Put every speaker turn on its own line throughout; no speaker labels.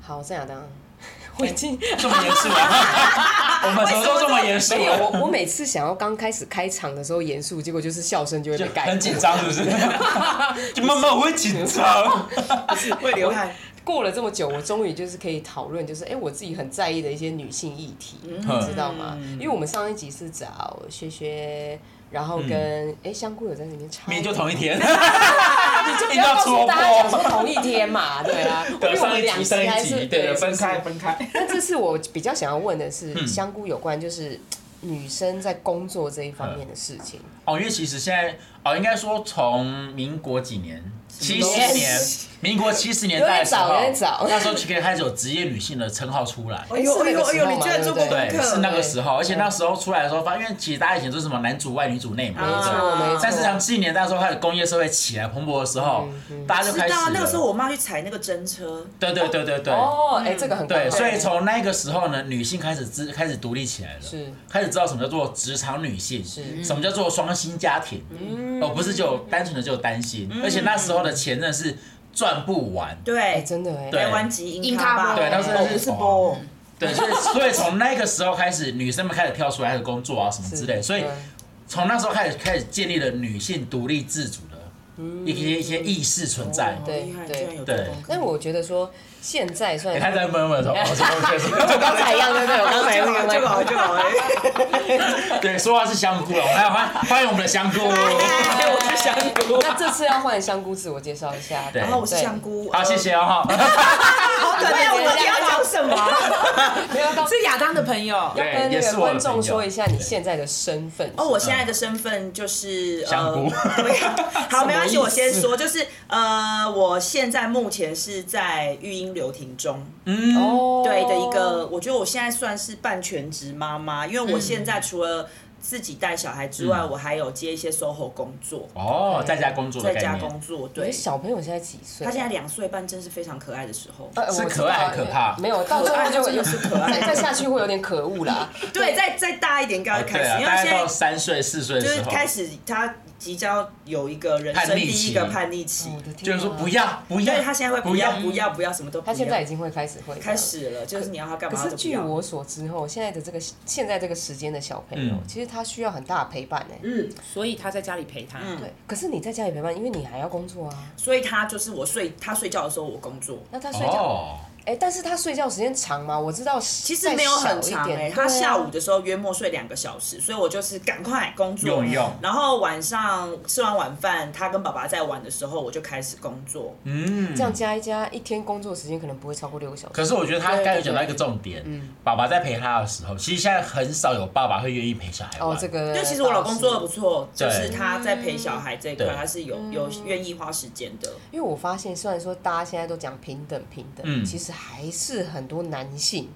好，圣亚当， 我已经
这么严 肃啊！我们什么时候这么严肃
哎
啊
没有
了？
我，我每次想要刚开始开场的时候严肃，结果就是笑声就会
就
被盖
很
过
紧张，是 不是？就慢慢我会紧张，
会流汗。
过了这么久，我终于就是可以讨论，就是哎、我自己很在意的一些女性议题，
嗯
你知道吗？因为我们上一集是找薛薛，然后跟哎、香菇有在里面插，
嗯明明就同一天，
你就不
硬要
要告诉
戳
大家讲
破
说同一天嘛，对啊，因
对，
为我
上
们
一
两
集上
集还
一
是
集，对，分
是
开。
分开，
那这次我比较想要问的是，
嗯
香菇有关就是女生在工作这一方面的事情。
哦，因为其实现在哦，应该说从民国几年，七十
东
年，民国七十年
有点
代的时
早
候，
有点早
那时候就可以开始有职业女性的称号出来。
哎呦哎呦哎呦，你居然做过功
对，
课，
是那个时候，而且
嗯
那时候出来的时候，发现因为其实大家以前都是什么男主外女主内嘛，
没
对不
错
对？
没错嗯
但是像七零年代的时候，开始工业社会起来蓬勃的时候，大家就
知
开始
道啊那个时候
了
我妈去踩那个真车，
对对对对对。
哦，
嗯
哎、这个很
对，
棒
所以从那个时候呢，女性开始自开始独立起来了，
是
开始知道什么叫做职场女性，嗯
是
什么叫做双薪家庭，
嗯
而不是就单纯的就担心，而且那时候的钱真的是赚不完，
哎、
对，
真的哎、
对
台湾籍
英
咖
咖
吧，
对
那时候
哦
是
不是波，
对，所以所以从那个时候开始，女生们开始跳出来开始工作啊什么
是
之类，所以
对
从那时候开始开始建立了女性独立自主的一些一些意识存在。
哦
对
厉害，
对
居然有做功课
但我觉得说现在算
你看在闷闷头，哦什么东西
我刚才一样，对不对？我刚才
就
那
好
个
就好
麦
就好， 哎，
对，说话是香菇了，我们要欢欢迎我们的香菇。
我是香菇。那这次要换香菇自我介绍一下。
对
然后我是香菇，
好，谢谢哦。
好短，没有我要讲什么？
没有要
是亚当的朋友，
对
跟那
也
个
是我的
观众
朋友
说一下你现在的身份。
哦，我现在的身份就是
香菇
呃对 好，没关
什么意
系，
思
我先说，就是呃，我现在目前是在育婴留停中，
嗯，
哦
对的一个，我觉得我现在算是半全职妈妈，因为我现在除了自己带小孩之外，
嗯
我还有接一些 SOHO 工作，
哦，在家工作的
在
概
家
念，
工作，
你
对。
小朋友现在几岁？
他现在两岁半，真是非常可爱的时候。
呃
是
我知
可爱
道
还可怕
没有，到最后就
真的是可
再
爱
再下去会有点可恶啦。
对，再再大一点，刚
哦
刚开
对
始，
啊，
因为
大概
他现在
到三岁四岁的
就是
时候，
开始，他即将有一个人
叛
生
逆期
第一个叛逆期
我，的天
就是说
啊
不，要不
因
要，
为他现在会不要不要不要什么都不
他
要，
现在已经会开始会
开。始了，就是你要他干
可
嘛他
是
都不
据
要。
我所知，后现在的这个现在这个时间的小朋友
嗯，
其实他需要很大的陪伴呢。
嗯，
所以他在家里陪他。
对，可是你在家里陪伴，因为你还要工作啊。
所以他就是我睡，他睡觉的时候我工作，
那他睡觉，
哦，
哎、但是他睡觉时间长吗？我知道，其
其实没有很长
哎、
哎、他下午
对啊
的时候约莫睡两个小时，所以我就是赶快工作，
用一用
然后晚上吃完晚饭，他跟爸爸在玩的时候，我就开始工作。
嗯，
啊这样加一加，一天工作时间可能不会超过六个小
啊
时。
可是我觉得他刚才讲到一个重点，
嗯
爸爸在陪他的时候，其实现在很少有爸爸会愿意陪小孩玩。
哦，这个
就其实我老公做的不
错，
错，
对
就是他在陪小孩这一块，
嗯
对
他是有有愿意花时间的。
因为我发现，虽然说大家现在都讲平等平等，
嗯
其实还是很多男性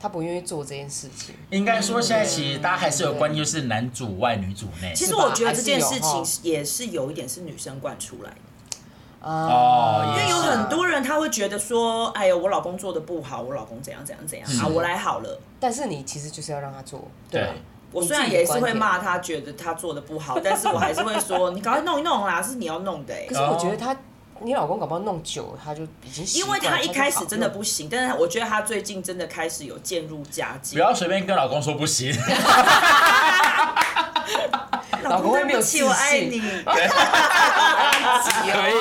他不愿意做这件事情。
应该说现在其实大家还是有
嗯
观念，就是男主外女主内。
其
是
实
吧
我觉得这件
还是
事
有
情
哈
也是有一点是女生惯出来的，
啊
哦也
因为
是
有很，多人他会觉得说，哎呦，我老公做的不好，我老公怎样怎样怎样啊，我来好了。
但是你其实就是要让他做，
对啊
吧
我虽然也是会骂他，觉得他做的不好，但是我还是会说，你赶快弄一弄啦，是你要弄的、欸
可。是我觉
哦
得他，你老公搞不好弄久了，他就已经习
因
惯
为
了
他一开始真的
就好
不行，但是我觉得他最近真的开始有渐入佳境。
不要随便跟老公说不 行，
老
公会
对
没有
不
自
起，
信
我爱 你。
可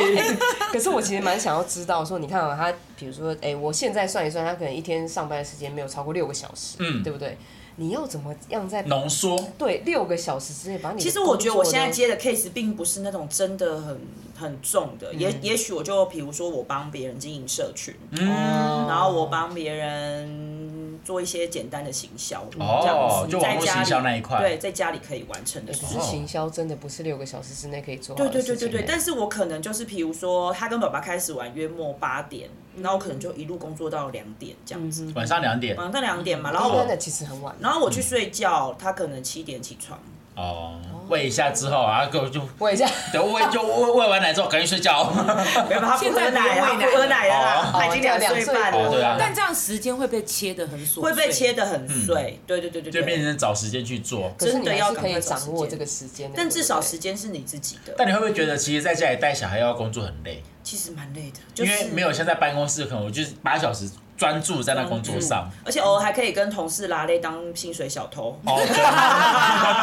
以。
哎可是我其实蛮想要知道说，你看啊，他比如说，哎、我现在算一算，他可能一天上班的时间没有超过六个小时，
嗯
对不对？你要怎么样在
浓缩，
对六个小时之内把你的
其实我觉得我现在
工作
接的 case 并不是那种真的很很重的，也也许我就比如说我帮别人经营社群，哦
嗯，
然后我帮别人做一些简单的行销，
哦
这样子
就
在
网络
家
行销
里
那一块
对，在家里可以完成的
呢，
事
可
情
哦
是。行销真的不是六个小时之内可以做好
对
的
对
事情
对对对，
欸
但是我可能就是，比如说他跟爸爸开始玩，约莫八点，
嗯
然后我可能就一路工作到两点这样子，
晚上两点
晚上两
嗯
点嘛，然后
一般
我
的其实很晚，
然后我去睡觉，他可能七点起床，
哦，喂一下之后啊，然后就
我一下。
等喂就喂喂完奶之后赶紧睡觉。
没有他不
现
喝
在不
奶啊，
会
他不喝
喂奶
奶了啦
哦，
他已经两岁半
哦对
了，
啊
但这样时间会被切的很琐碎，
会被切得很碎，对对对对
嗯就变
对。
成找时间去做。
可是你
真的
还
要
是可以
赶快找
掌握
时间
这个时间的，
但至少
对不对
时间是你自己的，
但你会不会觉得，其实在家里带小孩要工作很累？
其实蛮累的，就
因
是
为没有像在办公室，可能我就是八小时专注在那工作上。
而且偶尔还可以跟同事拉累当薪水小偷。
哦，对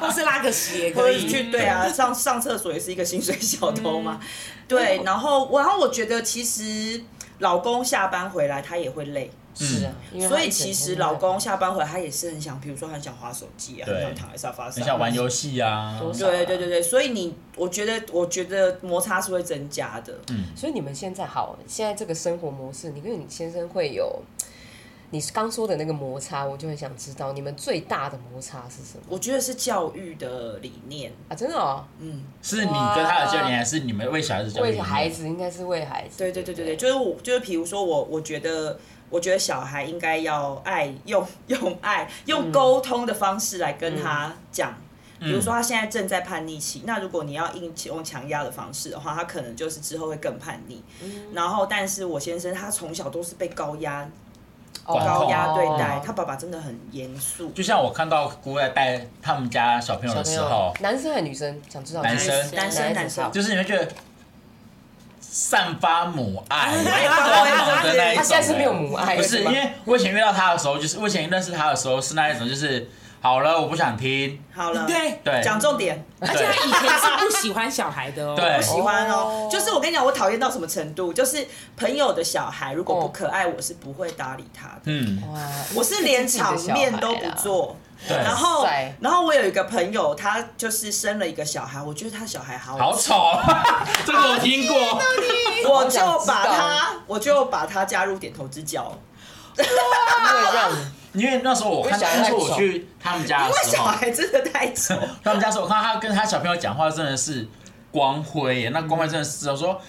或是拉个屎也
或者
可以。
去对啊，上上厕所也是一个薪水小偷嘛。对，然后我然后我觉得其实老公下班回来他也会累，
嗯
是啊，因为他
所以
一整
其
天
实
都
老
在
公下班回来他也是很想，比如说很想划手机啊，
对
很想躺在沙发上，
很想玩游戏啊，
多少
对对对对，所以你我觉得我觉得摩擦是会增加的。
所以你们现在好，现在这个生活模式，你跟你先生会有你刚说的那个摩擦，我就很想知道你们最大的摩擦是什么
我觉得是教育的理念，
啊？真的哦，
嗯是你跟他的教练，还是你们为小孩子教
为
练？
孩子应该是为孩子，
对对对对对，就是我就是比如说我，我觉得我觉得小孩应该要爱用用爱
嗯
用沟通的方式来跟他讲。比
嗯
如说他现在正在叛逆期，那如果你要硬用强压的方式的话，他可能就是之后会更叛逆。
嗯
然后，但是我先生他从小都是被高压
哦
管控
高压对待，
哦
他爸爸真的很严肃。
就像我看到姑在带他们家小朋友
小
的
朋
时
友
候，，
男生还是女生？想知道
男生
男生男生
就是你会觉得散发母爱，
他
的那一种。
他现在是没有母爱，
不是，因
吗
为我以前遇到他的时候，就是我以前认识他的时候是那一种，就是好了，我不想听，
好了，
对
对，
讲重点。
而且他以前是不喜欢小孩的哦。
对
不喜欢哦
哦。
就是我跟你讲，我讨厌到什么程度，就是朋友的小孩如
哦
果不可爱，我是不会搭理他的。
嗯，
哇，
我是连场面都不做，
对，
然后
哇塞
然后我有一个朋友，他就是生了一个小孩，我觉得他小孩好
好丑，啊 这个我听过，
我就把
好想
他我就把他加入点头之交，
因为这样，
因为那时候我看，
因为小孩
那时候
太
我
丑
去他们家
因
的
为
时
小
候，
孩真的太丑。
他们家的时候，我看他跟他小朋友讲话真的是光辉耶，那光辉真的
嗯
是我说。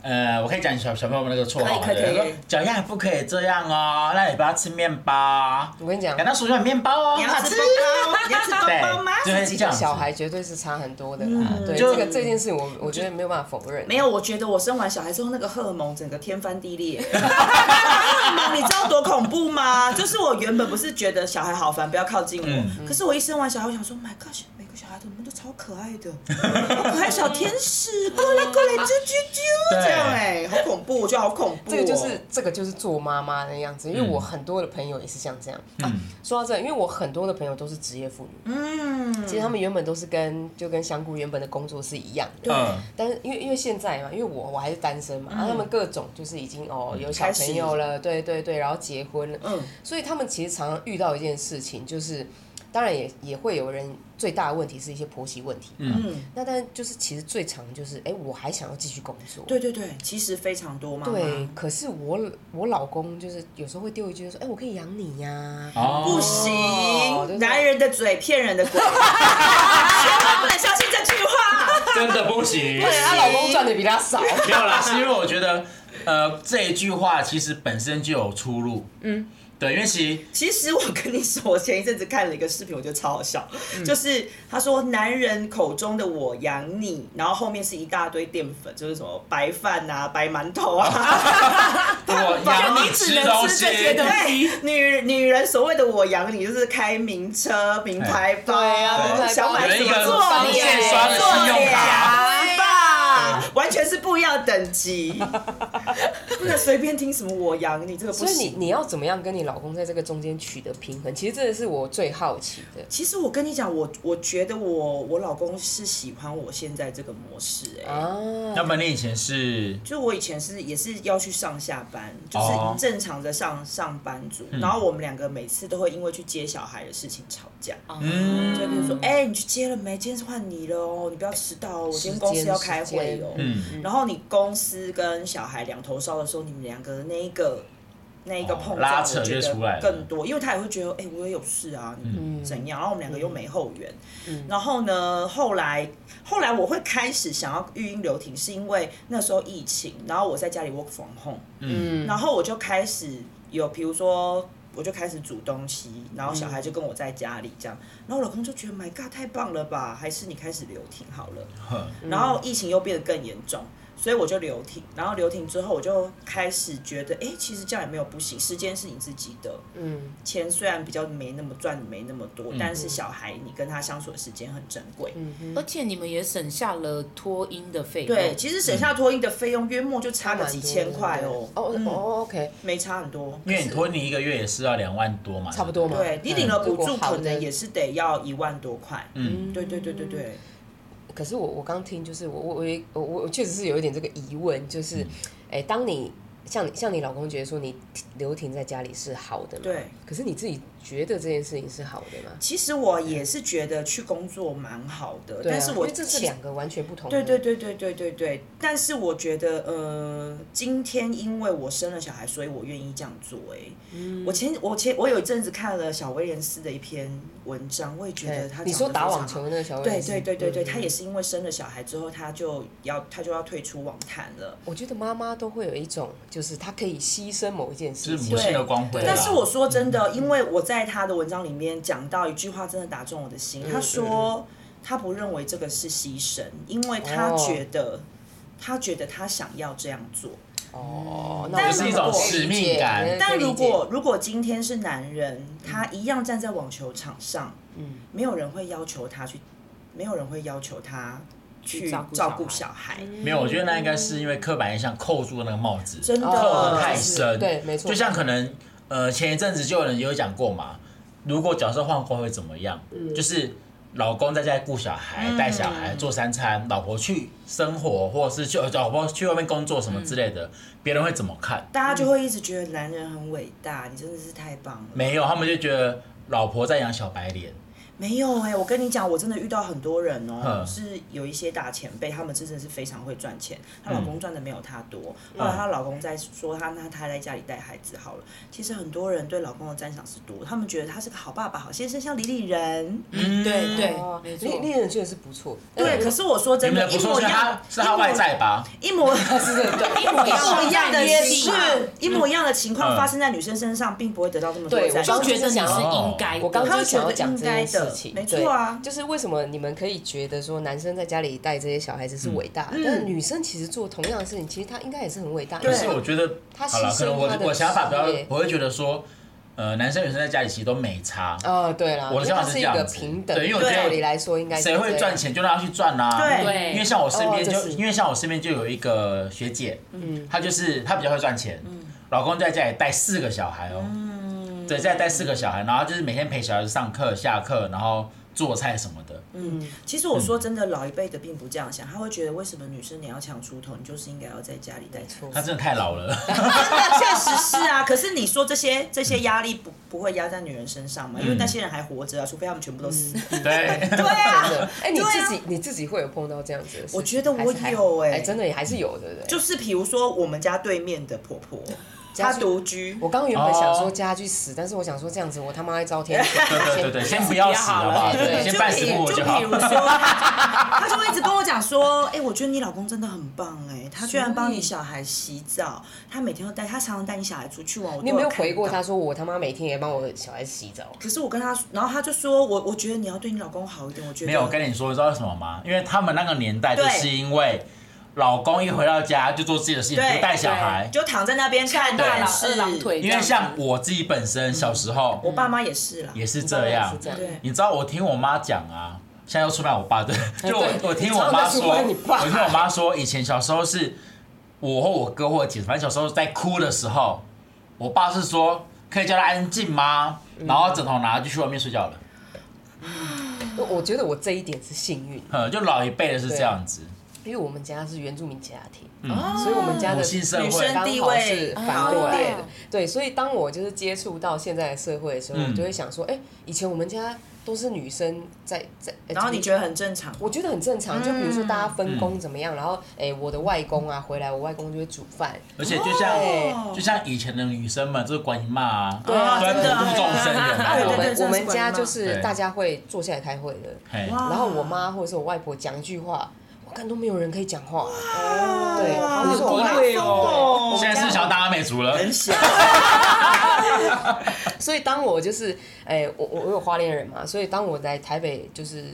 呃，我可以讲小小朋友们那个绰号吗
可以可以
对
可以
他说脚丫不可以这样哦，那你不要吃面包啊，
我跟你讲
给，他数有面包哦，
嗯你要
好
吃包包，你要吃包包吗？
对，就是这样子
小孩绝对是差很多的啦。对，
就
这个这件事我我觉得没有办法否认。
嗯没有，我觉得我生完小孩之后，那个荷尔蒙整个天翻地 裂。荷尔蒙你知道多恐怖吗？就是我原本不是觉得小孩好烦，不要靠近我。
嗯
可是我一生完小孩，我想说，My God，每个小孩怎么都超可爱的， 好可爱小天使，过来过来，啾啾啾，
对
这样哎、好恐怖，我觉得好恐怖、哦。
这个就是这个就是做妈妈的样子，因为
嗯
我很多的朋友也是像这样。啊
嗯
说到这，因为我很多的朋友都是职业妇女，
嗯，
其实他们原本都是跟就跟香菇原本的工作是一样的。
嗯，
但是因为因为现在嘛，因为我我还是单身嘛，然啊后他们各种就是已经哦有小
嗯开始
朋友了，对对对，然后结婚了，
嗯，
所以他们其实常常遇到一件事情，就是当然也也会有人最大的问题是一些婆媳问题，
嗯，
那但就是其实最常就是哎我还想要继续工作，
对啊对对，其实非常多嘛。
对，可是我我老公就是有时候会丢一句就说：“哎、我可以养你呀、
哦，
不行，
就是
男人的嘴骗人的 鬼，千万不能相信这句话。
真的不行。
啊
对，她老公赚的比她 少。
没有啦，是因为我觉得，呃，这一句话其实本身就有出入。嗯，对，因为其实
其实我跟你说，我前一阵子看了一个视频，我觉得超好笑，
嗯
就是他说男人口中的我养你，然后后面是一大堆淀粉，就是什么白饭啊、白馒头
哦
啊，
我养你吃东西，
对， 女女人所谓的我养你，就是开名车、名牌包，
对啊名牌包
想买什
有一
么
个
做
防线刷的信用卡，
吧， 完全是不一样的 等级，不能随便听什么我养你，这个不
所以你
行。
你要怎么样跟你老公在这个中间取得平衡？其实这个是我最好奇的。
其实我跟你讲，我我觉得我我老公是喜欢我现在这个模式、哎、
要
啊，
么你以前是
就我以前是也是要去上下班，就是
哦
正常的上上班族，然后我们两个每次都会因为去接小孩的事情吵架。就比如说，哎、你去接了没？今天是换你了哦，你不要迟到哦，我今天公司要开会哦。
时间时
间
嗯，然后你公司跟小孩两头烧的时候，你们两个的那一个那一个
哦
碰撞，
拉
我
扯就
觉得
出来了嗯
更多，因为他也会觉得，哎、我也有事啊，你怎样？然后我们两个又没后援。然后呢，后来后来我会开始想要育婴留停，是因为那时候疫情，然后我在家里 work from home。
嗯，
然后我就开始有，比如说。我就开始煮东西，然后小孩就跟我在家里这样，然后我老公就觉得 My God 太棒了吧，还是你开始留停好了。
哼
然后疫情又变得更严重，所以我就留停，然后留停之后，我就开始觉得，哎、其实这样也没有不行，时间是你自己的，
嗯，
钱虽然比较没那么赚，没那么多，
嗯
但是小孩你跟他相处的时间很珍贵。
嗯
而且你们也省下了托婴的费用。
对，其实省下托婴的费用约莫就差个几千块哦，
哦
嗯
哦哦，OK，
没差很多。
因为你托尼一个月也是要两万多嘛，
差不多嘛
对你领了补
如
助，
果好
可
的
能也是得要一万多块。
嗯，
对对对对对，
可是我我刚听就是我我我也我我我确实是有一点这个疑问，就是，
嗯
哎、当你像你像你老公觉得说你留停在家里是好的嘛，
对，
可是你自己觉得这件事情是好的吗？
其实我也是觉得去工作蛮好的，
对啊
但是我
因为这是
其
两个完全不同的，
对对对对对对对，但是我觉得，呃，今天因为我生了小孩，所以我愿意这样做、哎、
嗯
我前我前我有一阵子看了小威廉斯的一篇文章，我也觉得他
你
讲
说
得
打
非
网
常
球
好
那个小
对
卫斯
对对对对，
嗯
他也是因为生了小孩之后，他就要他就要退出网坛了。
我觉得妈妈都会有一种，就是她可以牺牲某一件
就
事
是
情
母，性的光辉啦。
但是我说真
嗯
的，因为我在他的文章里面讲到一句话，真的打中我的心。
嗯
他说他不认为这个是牺牲，因为他
哦
觉得他觉得他想要这样做。
哦，
但
那我
是
可以
一种
理解
使命感
可以
但如
理解
果如果今天是男人，他一样站在网球场上，嗯，没有人会要求他去，没有人会要求他去
去照顾
照顾
小
小孩，
没有，我觉得那应该是因为刻板印象扣住那个帽子，
真的
扣
哦
得太
是
深。
对没错
就像可能呃前一阵子就有人有讲过嘛，如果角色换过会怎么样？
嗯
就是老公在家顾小孩、带小孩、做三餐，老婆去生活，或者是去呃老婆去外面工作什么之类
嗯
的，别人会怎么看？
大家就会一直觉得男人很伟大，你真的是太棒了。
没有，他们就觉得老婆在养小白脸。
没有哎、我跟你讲，我真的遇到很多人哦、
嗯
是有一些大前辈，他们真的是非常会赚钱，她老公赚的没有她多。后来她老公在说她，那她在家里带孩子好了。其实很多人对老公的赞赏是多，他们觉得他是个好爸爸、好先生，像李李人。
嗯，对
哦
对，没
猎
错。
猎人确实是不错，
对，可是我说
嗯你
真
们
的，
的不
一
错
模一
是
样
他，是他外在吧？
一 模。
是是对，
一模
一模一样的
约
是
定，
一模一样的情况
嗯
发生在女生身上，并不会得到这么多
对
赞
我刚
赏
就。觉得你是应该的。
哦我刚
他
刚
会
想要
觉得
讲
应
这
该
件事
的
情，
没
对
错啊
就是为什么你们可以觉得说男生在家里带这些小孩子
嗯
是伟大的，但是女生其实做同样的事情，其实她应该也是很伟大。
嗯对
可是我觉得，
他
好了，
牺牲
可能我
他的
我想法比较
职业，
我会觉得说，呃，男生女生在家里其实都没差，
呃，对啦，
我
因为
的想法
它
是
是一
这样
个
子
平等，
对因为我觉得
照理来说应该是
谁会
这样
赚？钱就让他去赚啦、
对
对
因为像我身边
哦
就
这是
因为像我身边就有一个学姐，嗯，她就是她比较会赚钱，老公在家里带四个小孩哦，对，在家带四个小孩，然后就是每天陪小孩子上课、下课，然后做菜什么的，
其实我说真的，老一辈的并不这样想，他会觉得为什么女生你要强出头，你就是应该要在家里带出。
她真的太老了，
确实是啊，可是你说这些这些压力不不会压在女人身上嘛？因为那些人还活着啊，除非他们全部都死。
嗯对，
对啊
真的， 哎，你
对啊
自己你自己会有碰到这样子的事情？
我觉得
还是
我
还
有哎
真的也还是有，对不对？
就是比如说我们家对面的婆婆，她独居，
我刚刚原本想说
哦
叫他去死，但是我想说这样子我他妈会遭 天谴。
对对对对，先不要死好
啊
不好？
对
对，
就
先半死
比
不活
就
好
比。如 说，她她就会一直跟我讲说，哎、我觉得你老公真的很棒哎、他居然帮你小孩洗澡，他每天都带，他常常带你小孩出去玩。我都
你有没有
看
回过
到
他说我他妈每天也帮我的小孩子洗澡？
可是我跟他，然后他就说我，我觉得你要对你老公好一点。我觉得
没有，我跟你说，你知道为什么吗？因为他们那个年代，就是因为老公一回到家就做自己的事情，
对
不带小孩。
就躺在那边看
大
电
郎
视
二，郎腿，
因为像我自己本
嗯
身小时候
我爸妈也是啦，
也是这样
是，这样。
对，
你知道我听我妈讲啊，现在又出卖我爸对，就我我听我
你知道那
妈说，
是出卖你爸
我听我妈说，以前小时候是我或我哥或我姐，反正小时候在哭的时候，我爸是说可以叫他安静吗？
嗯
然后枕头拿就去外面睡觉了。
我我觉得我这一点是幸运，
呃，就老一辈的是这样子，
因为我们家是原住民家庭，啊
哦
所以我们家
嗯母
的
性社
女
会
生，
刚好是反过来的
哦。
对，所以当我就是接触到现在的社会的时候，
嗯
我就会想说，哎，以前我们家都是女生在在，呃
然后你
就是
觉得很嗯正常，
我觉得很正常，就比如说大家分
嗯
工怎么样，然后哎，我的外公啊回来，我外公就会煮饭，
而且就像、
哦
就像以前的女生们，就是管你骂啊，
对啊
都在
真的啊
普度众生的那
对
我
种
对
们
真的是
我们家
管啊骂
就是
对
大家会坐下来开会的，
嘿
哇
然后我妈或者是我外婆讲一句话，我看都没有人可以讲话，对，
对
然后我说我
好
外
贵
哦
现在是想要当阿美族了，
很 小，
所以当我就是，哎、我我我有花莲人嘛，所以当我来台北就是。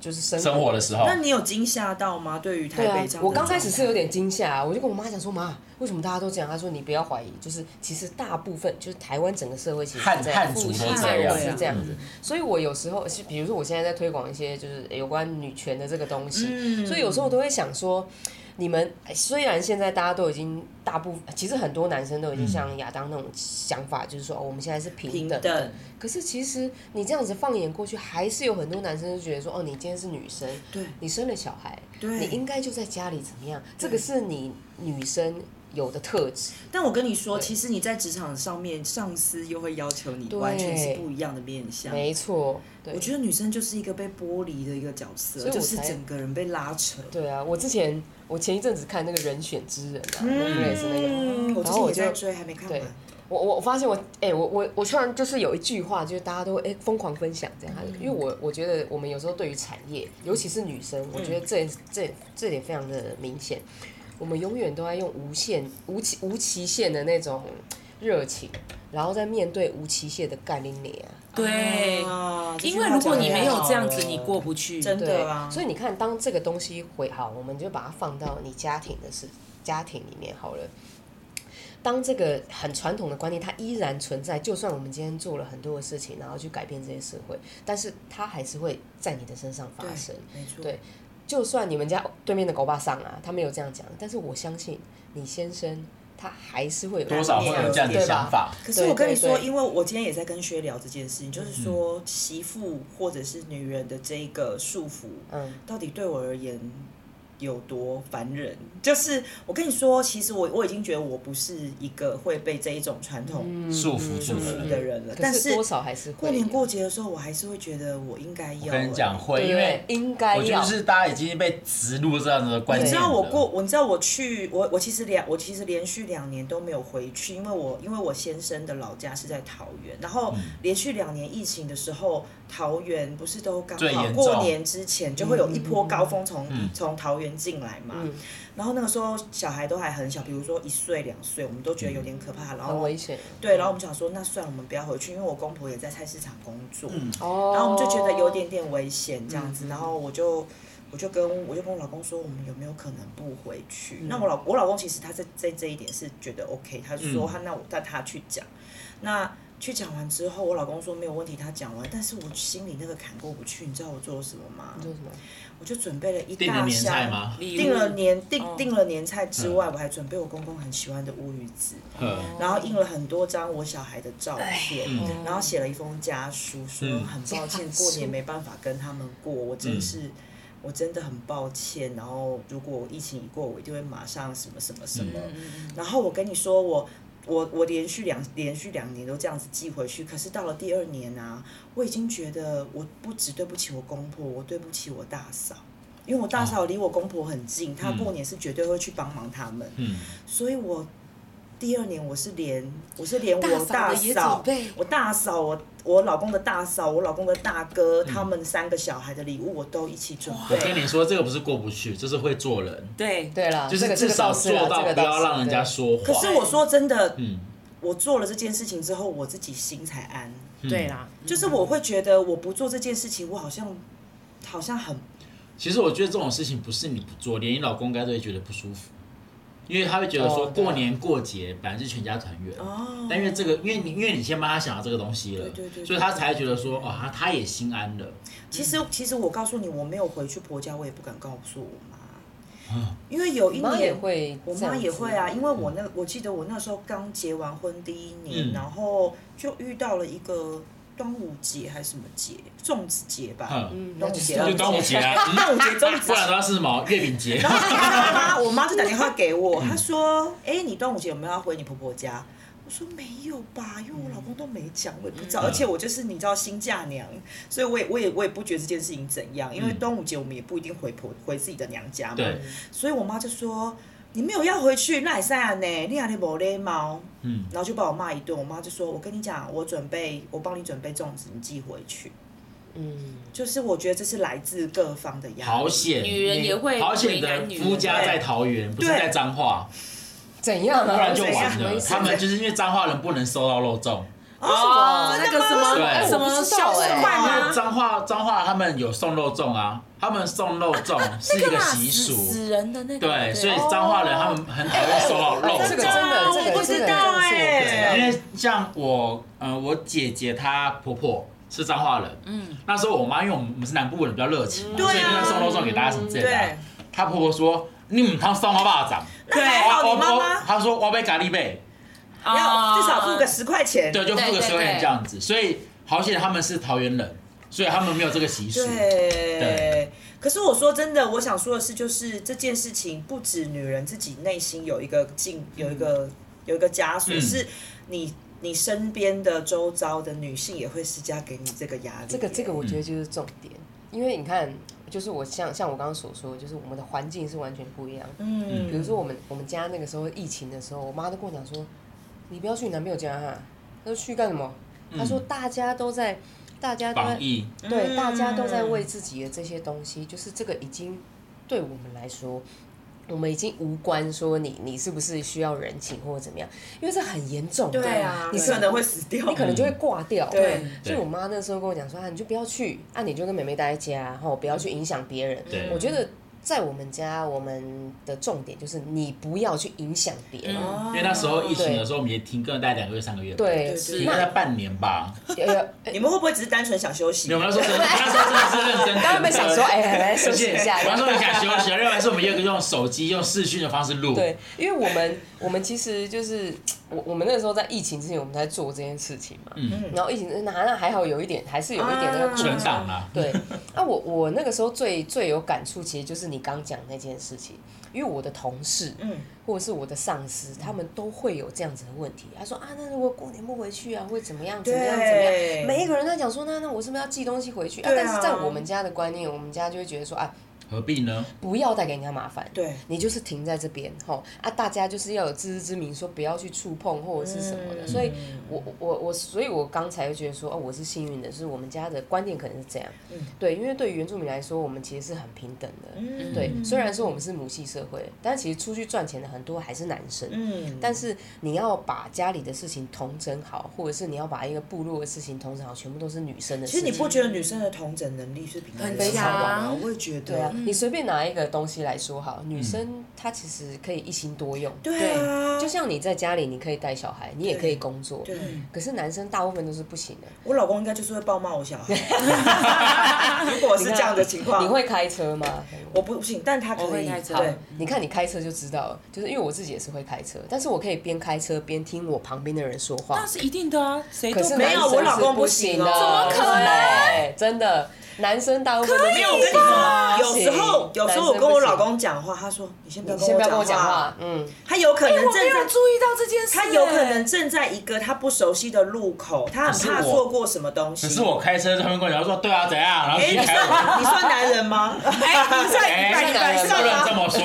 就是生
生活的时候
那，你有惊吓到吗？对于台
对啊
北这样的状态，，
我刚开始是有点惊吓，啊我就跟我妈讲说，妈，为什么大家都这样？她说你不要怀疑，就是其实大部分就是台湾整个社会其实
汉
是这
汉
样，
族
父系
都
汉
这
人
样
是这样
啊
子。所以我有时候，是比如说我现在在推广一些就是有关女权的这个东西，
嗯
所以有时候我都会想说。你们哎虽然现在大家都已经大部分，其实很多男生都已经像亚当那种想法，就是说哦，我们现在是平
平
等的。
等，
可是其实你这样子放眼过去，还是有很多男生就觉得说，哦，你今天是女生，
对
你生了小孩，
对
你应该就在家里怎么样？这个是你女生有的特质，
但我跟你说，
对
其实你在职场上面，上司又会要求你，
对
完全是不一样的面相。
没错。对
我，觉得女生就是一个被剥离的一个角色，
所以我
就是
才
整个人被拉扯。
对啊，我之前我前一阵子看那个人选之人啊，也是那个。
嗯，我
然后
最近
我
也
就
在追，还没看完
对。我我我发现我哎、我我我突然就是有一句话，就是大家都哎疯、狂分享这样，因为我我觉得我们有时候对于产业，尤其是女生，我觉得这这这点非常的明显，我们永远都在用无限无期无期限的那种热情，然后在面对无期限的概念里啊。
对，
啊，这句
因
话
为如果
讲得
你没有这样
太
子，
好
你
了
过不去。
真
对
的啊，
所以你看，当这个东西回好，我们就把它放到你家庭的事家庭里面好了。当这个很传统的观念它依然存在，就算我们今天做了很多的事情，然后去改变这些社会，但是它还是会在你的身上发
对
生。
没错，
对就算你们家对面的狗爸上啊，他没有这样讲，但是我相信你先生他还是会有
多少会有这样的
对吧
想法。
可是我跟你说，
对对对嗯
因为我今天也在跟薛聊这件事情，就是说媳妇或者是女人的这一个束缚，
嗯，
到底对我而言有多烦人？就是我跟你说，其实我我已经觉得我不是一个会被这一种传统
束缚
束
住的
嗯
缚
人
的人了，
可
但
是多少还是会
过年
有
过节的时候，我还是会觉得我应该要、
我跟你讲
欸
会，
对
因为
应该
我觉
要
得就是大家已经被植入这样子的观
你
念
知
了。
道我过，我你知道我去，我我其实两，我其实连续两年都没有回去，因为我因为我先生的老家是在桃园，然后
嗯
连续两年疫情的时候，桃园不是都刚
最
好
严重嗯
过年之前就会有一波高峰从从、桃园进来嘛，
嗯
然后那个时候小孩都还很小，比如说一岁两岁，我们都觉得有点可怕，然
很
后
危险
对，然后我们想说那算了，我们不要回去，因为我公婆也在菜市场工作，
嗯
哦，
然后我们就觉得有点点危险这样
嗯
子，然后我就我就跟我就跟我老公说，我们有没有可能不回去？
嗯
那我老我老公其实他在在这一点是觉得 OK，他就说
嗯
他那我带他去讲，那去讲完之后，我老公说没有问题，他讲完，但是我心里那个坎过不去，你知道我做了什么吗？
你说什么？
我就准备了一
订了
大
年菜
箱。
吗？
礼物
订了年订
哦
订了年菜之外，我还准备我公公很喜欢的乌鱼子，
嗯，
然后印了很多张我小孩的照
哎
片，
嗯
然后写了一封家书，说
嗯
很抱歉
家书
过年没办法跟他们过，我真是。我真的很抱歉，然后如果疫情一过，我一定会马上什么什么什么。然后我跟你说，我我我连续两连续两年都这样子寄回去，可是到了第二年啊，我已经觉得我不只对不起我公婆，我对不起我大嫂，因为我大嫂离我公婆很近，她过年是绝对会去帮忙他们。
嗯，
所以我第二年我是连我是连
大
我
嫂
大
的也
嫂
准，备，
我大嫂，我我老公的大嫂，我老公的大哥，他们三个小孩的礼物我都一起准
我跟
备。
你说，这个不是过不去，这是会做人，
对，
对啦，
就是
啊这个
至少做到不要让人家。说谎。
可是我说真的，
嗯，
我做了这件事情之后，我自己心才安。
嗯
对。啦，
就是我会觉得我不做这件事情，我好像好像很
其实我觉得这种事情不是你不做，连你老公该都会觉得不舒服，因为他会觉得说
哦对啊
过年过节本来是全家团圆，
哦
但因为这个，因为你因为你先帮他想到这个东西了，
对对对对
所以他才觉得说哦，他他也心安了。
其
嗯
实，其实我告诉你，我没有回去婆家，我也不敢告诉我妈，
啊
因为有一
你妈也
年
会，
我妈也会啊，，因为我那我记得我那时候刚结完婚第一
嗯
年，然后就遇到了一个端午节还是什么节，粽子节吧，
嗯，
端午节，
那就端午节啊，嗯
端午节粽
不
子
然
节。
的话是什么月饼节？
然后那天他妈，我妈就打电话给我，
嗯
她说：“哎、你端午节有没有要回你婆婆家？”我说：“没有吧，因为我
嗯
老公都没讲，我也不知道。而且我就是你知道新嫁娘，所以我也我也我也不觉得这件事情怎样，因为
嗯
端午节我们也不一定回婆回自己的娘家嘛。
对，
所以我妈就说：“你没有要回去，那也是啊呢，你哪里没礼貌？”
嗯，
然后就把我骂一顿。我妈就说：“我跟你讲，我准备，我帮你准备粽子，你寄回去。
嗯，”
就是我觉得这是来自各方的压力。
好险，
女人也会
好险
为
的
难女人
夫家在桃园，不是
对
在彰化，
怎样啊？
不然就
怎样
完
什么
了。
意思
他们就是因为彰化人不能收到肉粽，
哦，那个什
真的吗
么什
哎我
么
不知道
消失
哎
怪
因
啊
为
吗？
彰化彰化他们有送肉粽啊，他们送肉粽
啊
是一
那
个
嘛
习
死
俗，
死人的那个，
对，所以
哦
彰化人他们很讨厌收到肉
这个
粽。
真的，这
我
个
不
这
知
个真的是我不知
道
道
哎
因为像我，呃，我姐姐她婆婆是彰化人，嗯，那时候我妈因为我们我们是南部人比较热情嘛，
对啊
所以就在送肉粽给大家什么之类的啊
对。
她婆婆说：“你唔通送我巴掌。”
那还好
我
哎你妈
我
妈
她说：“我被咖喱贝。”
啊
要至少付个十块钱。
哦对，就付
对
个
对
十块钱
对
这样子。所以好险他们是桃园人，所以他们没有这个习俗。对
对。可是我说真的，我想说的是，就是这件事情不止女人自己内心有一个禁，有一个有一个枷锁，
嗯
是你你身边的周遭的女性也会施加给你这个压力。
这个这个，我觉得就是重点，因为你看，就是我像像我刚刚所说，就是我们的环境是完全不一样。
嗯
比如说我们我们家那个时候疫情的时候，我妈都跟我讲说，你不要去你男朋友家哈、她说去干什么？她说大家都在，大家都在
嗯防疫，
对，
嗯
大家都在为自己的这些东西，就是这个已经对我们来说，我们已经无关说你你是不是需要人情或者怎么样，因为这很严重的，
对啊，
你
你
是
可能会死掉
你。可能就会挂掉。
对
所以我妈那时候跟我讲说啊，你就不要去，啊，你就跟妹妹待在家，吼，不要去影响别人。
对
我觉得在我们家，我们的重点就是你不要去影响别人。
嗯
因为那时候疫情的时候，我们也停更了大概两个月、三个月吧。
对，
哦对
应该在
那
半年吧。
呃，
你们会不会只是单纯想休息
没有，？我们那时候真的，我们那时候真的是认真。
当然没想说，哎，来休
而
息
且
一下。
我那时候也想休息，另外是我们又用手机、用视讯的方式录。
对，因为我们我们其实就是我我们那时候在疫情之前，我们在做这件事情嘛。
嗯
然后疫情那那还好有一点，还是有一点那个
啊
存档啦。
对，那、我我那个时候最最有感触，其实就是你刚讲那件事情，因为我的同事，
嗯，
或者是我的上司，他们都会有这样子的问题。他说啊，那如果过年不回去啊，会怎么样？怎么样？怎么
对
样？每一个人在讲说，那那我是不是要寄东西回去？啊，
对啊
但是在我们家的观念，我们家就会觉得说啊，
何必呢？
不要带给人家麻烦。
对
你就是停在这边吼啊，大家就是要有自知之明，说不要去触碰或者是什么的。
嗯
所以我，我我我，所以我刚才就觉得说，哦，我是幸运的，是我们家的观念可能是这样。
嗯
对，因为对于原住民来说，我们其实是很平等的。
嗯
对，虽然说我们是母系社会，但其实出去赚钱的很多还是男生。
嗯，
但是你要把家里的事情统整好，或者是你要把一个部落的事情统整好，全部都是女生的
其
事
实你
情。
不觉得女生的同整能力是比男人
很
强吗？
强
我也觉得。
对啊，你随便拿一个东西来说好，女生她其实可以一心多用。
嗯对啊，
就像你在家里，你可以带小孩，你也可以工作。
对，
可是男生大部分都是不行的。
嗯我老公应该就是会暴骂我 小孩。如果是这样的情况，
你会开车吗？
我不行，但他可
我会
以。
开车
哦对，
你看你开车就知道了，就是因为我自己也是会开车，但是我可以边开车边听我旁边的人说话
那。是一定的啊，谁
可
都
是
没
男
有
生
我老
是
公
不
不行
的，
哦怎么
可能
对？真的，男生大部分都没
我跟你说，有时候有时候我跟我老，公讲话，他说：“你先不要
你先不要跟我讲
话
话。”，嗯，
他有可能
我
正
没有
在
注意到这件事、
他有可能正在一个他不熟悉的路口，他很怕
可是我
错过什么东西。
只是我开车在旁边跟我讲说，对啊，怎样？然后
哎，
继续
你
开我。
算你算男 人吗？
哎，你在
哎，
你在
不
啊
能这么说，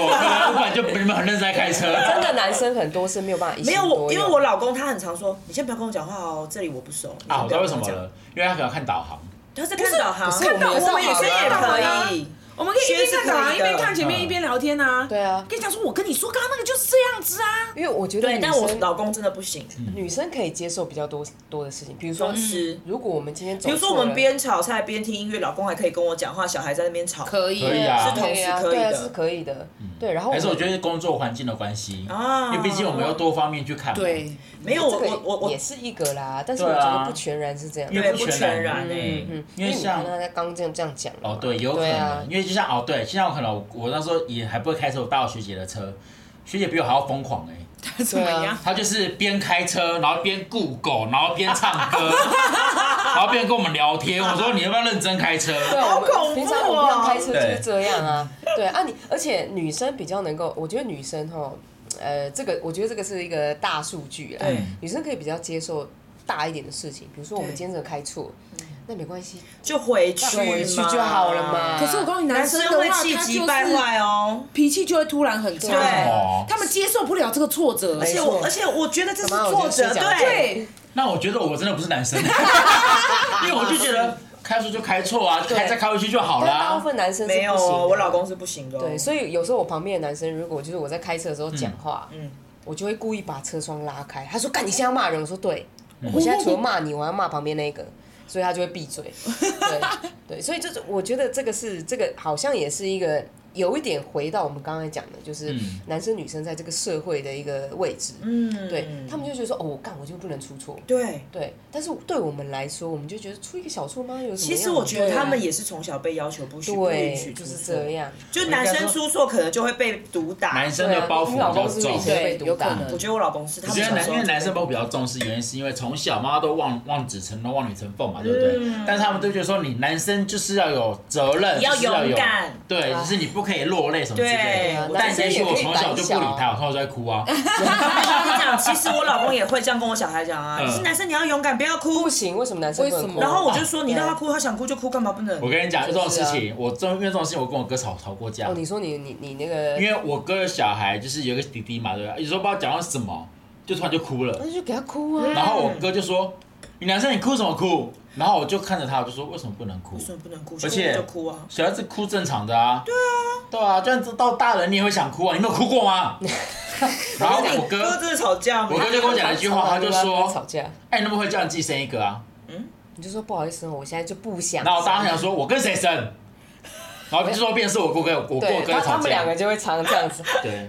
不然就你们很认真在开车。
真的男生很多是没有办法一
没
心
有
多用
我，因为我老公他很常说：“你先不要跟我讲话哦，这里我不熟。”
啊，我知道为什么
你先不要跟我讲
了，因为他可能要看导航。
他是看导航，
可是我们也
我
是
们女生也
啊
可以。
我们可以一边看导航，一边看前面，
嗯
一边聊天啊。
对啊
跟你讲说，我跟你说，刚刚那个就是这样子啊。
因为我觉得
对，
女
但我
生
老公真的不行。
嗯
女生可以接受比较多多的事情，比如说嗯
同时
如果我们今天走
嗯比如说
错
我们
了
边炒菜边听音乐，老公还可以跟我讲话，小孩在那边吵。
嗯
可以
可以啊嗯
是同时可以
对啊，
的
是可以的，对。然后
还是我觉
得
得工作环境的关系，
啊
因为毕竟我们要多方面去看。，
对，
没有
这
我我我
个
我
也是一个啦，但是我
对
觉
啊
得不全然是这样。
因为不全
对不全然
欸
嗯，
因为
你看
像
他在刚这样这样讲了嘛
哦对，有可
对啊
能，因为就像哦对，像我可能我我那时候也还不会开车，我搭我学姐的车，学姐比我还要疯狂哎，
怎么样？
她就是边开车，然后边雇狗，然后边唱歌， 然后边跟我们聊天。我说你要不要认真开车？
对，啊
好
我们
恐怖
平常我们
哦
平常开车就是这样啊，对啊你，而且女生比较能够，我觉得女生吼，呃，这个我觉得这个是一个大数据啦
对，
女生可以比较接受大一点的事情，比如说我们
对嗯
今天这个开错，那没关系，
就回去
那回去
嘛
就好了嘛。
可是我告诉你，
呃男
男
生
生的
会
话，
气
他
急
就
败
是
坏哦。
脾气就会突然很
对啊
对
差，
哦，
他们接受不了这个挫折。
而且
没
我
错
而且我觉得这是
干嘛我觉得
作者
是讲得
对，
对，
那我觉得我真的不是 男生，因为我就觉得开错就开错啊，开再开回去就好啊
但大
啦
部。分男生是不
没有
行的
哦我老公是不行的哦。
啊对，所以有时候我旁边的男生，如果就是我在开车的时候讲话，
嗯
我就会故意把车窗拉开。他说：“干，你现在要骂人。”我说：“对。”
嗯
我现在除了骂你，我还要骂旁边那个，所以他就会闭嘴。对 对，所以就是我觉得这个是这个好像也是一个有一点回到我们刚才讲的，就是
嗯
男生女生在这个社会的一个位置，
嗯，
对他们就觉得说哦，我干我就不能出错。
对。
对，但是对我们来说，我们就觉得出一个小错吗？有什么样的？
其实我觉得
对啊
他们也是从小被要求不许不允许
对，
出
就
错
是这，样。
就男生出错可能就会被毒打
男。生的包袱比
对啊
较
你老公是不
重
是。
对
被
有
毒
可
打
能
我觉得我老公是，他
我
们
觉得
小时
男
候
因为男生包比较重视，原因是因为从小妈妈都望望子成龙、望女成凤嘛，
嗯
对不对？但是他们都觉得说，你男生就是要有责任，
要
就是要
勇
有
敢，
对，就是你不可以落泪什么之类
对
的。
我
但
男生
也
也
许
可以
我从小就不理
胆小
他，我从小就在哭 啊。
我跟你讲，其实我老公也会这样跟我小孩讲啊，
嗯
你是男生你要勇敢，不要哭
不。行，为什么男生不能
为什
哭？
么
然后我就说，你
对
让他哭，他想哭就哭，干嘛不能？
我跟你讲，这种事
是
啊
情，我真因为这种事情，我跟我哥吵吵过架
哦，。你说你你你那个，
因为我哥的小孩就是有一个弟弟嘛，对吧？有时候不知道讲到什么，就突然就哭了。
嗯
那就给他哭啊。
然后我哥就说：“你男生你哭什么哭？”然后我就看着他，我就说：“为什么不能哭
为？什么不能哭？
而且
想哭就哭啊。
小孩子哭正常的啊。”对啊，对啊，就算是到大人你也会想哭啊，你没有哭过吗？然后我
你
哥，
真的吵架吗
我？哥就跟我讲了一句话，他就
吵
说
架，：“
哎，你那么会叫你自己生一个啊
你就说不好意思，哦我现在就不？”想。
然后我当时想说：“我跟谁生？”然后就说变成是我哥跟我跟我
对，
哥
他
吵
他们两
架
个。就会常这样 子。
对，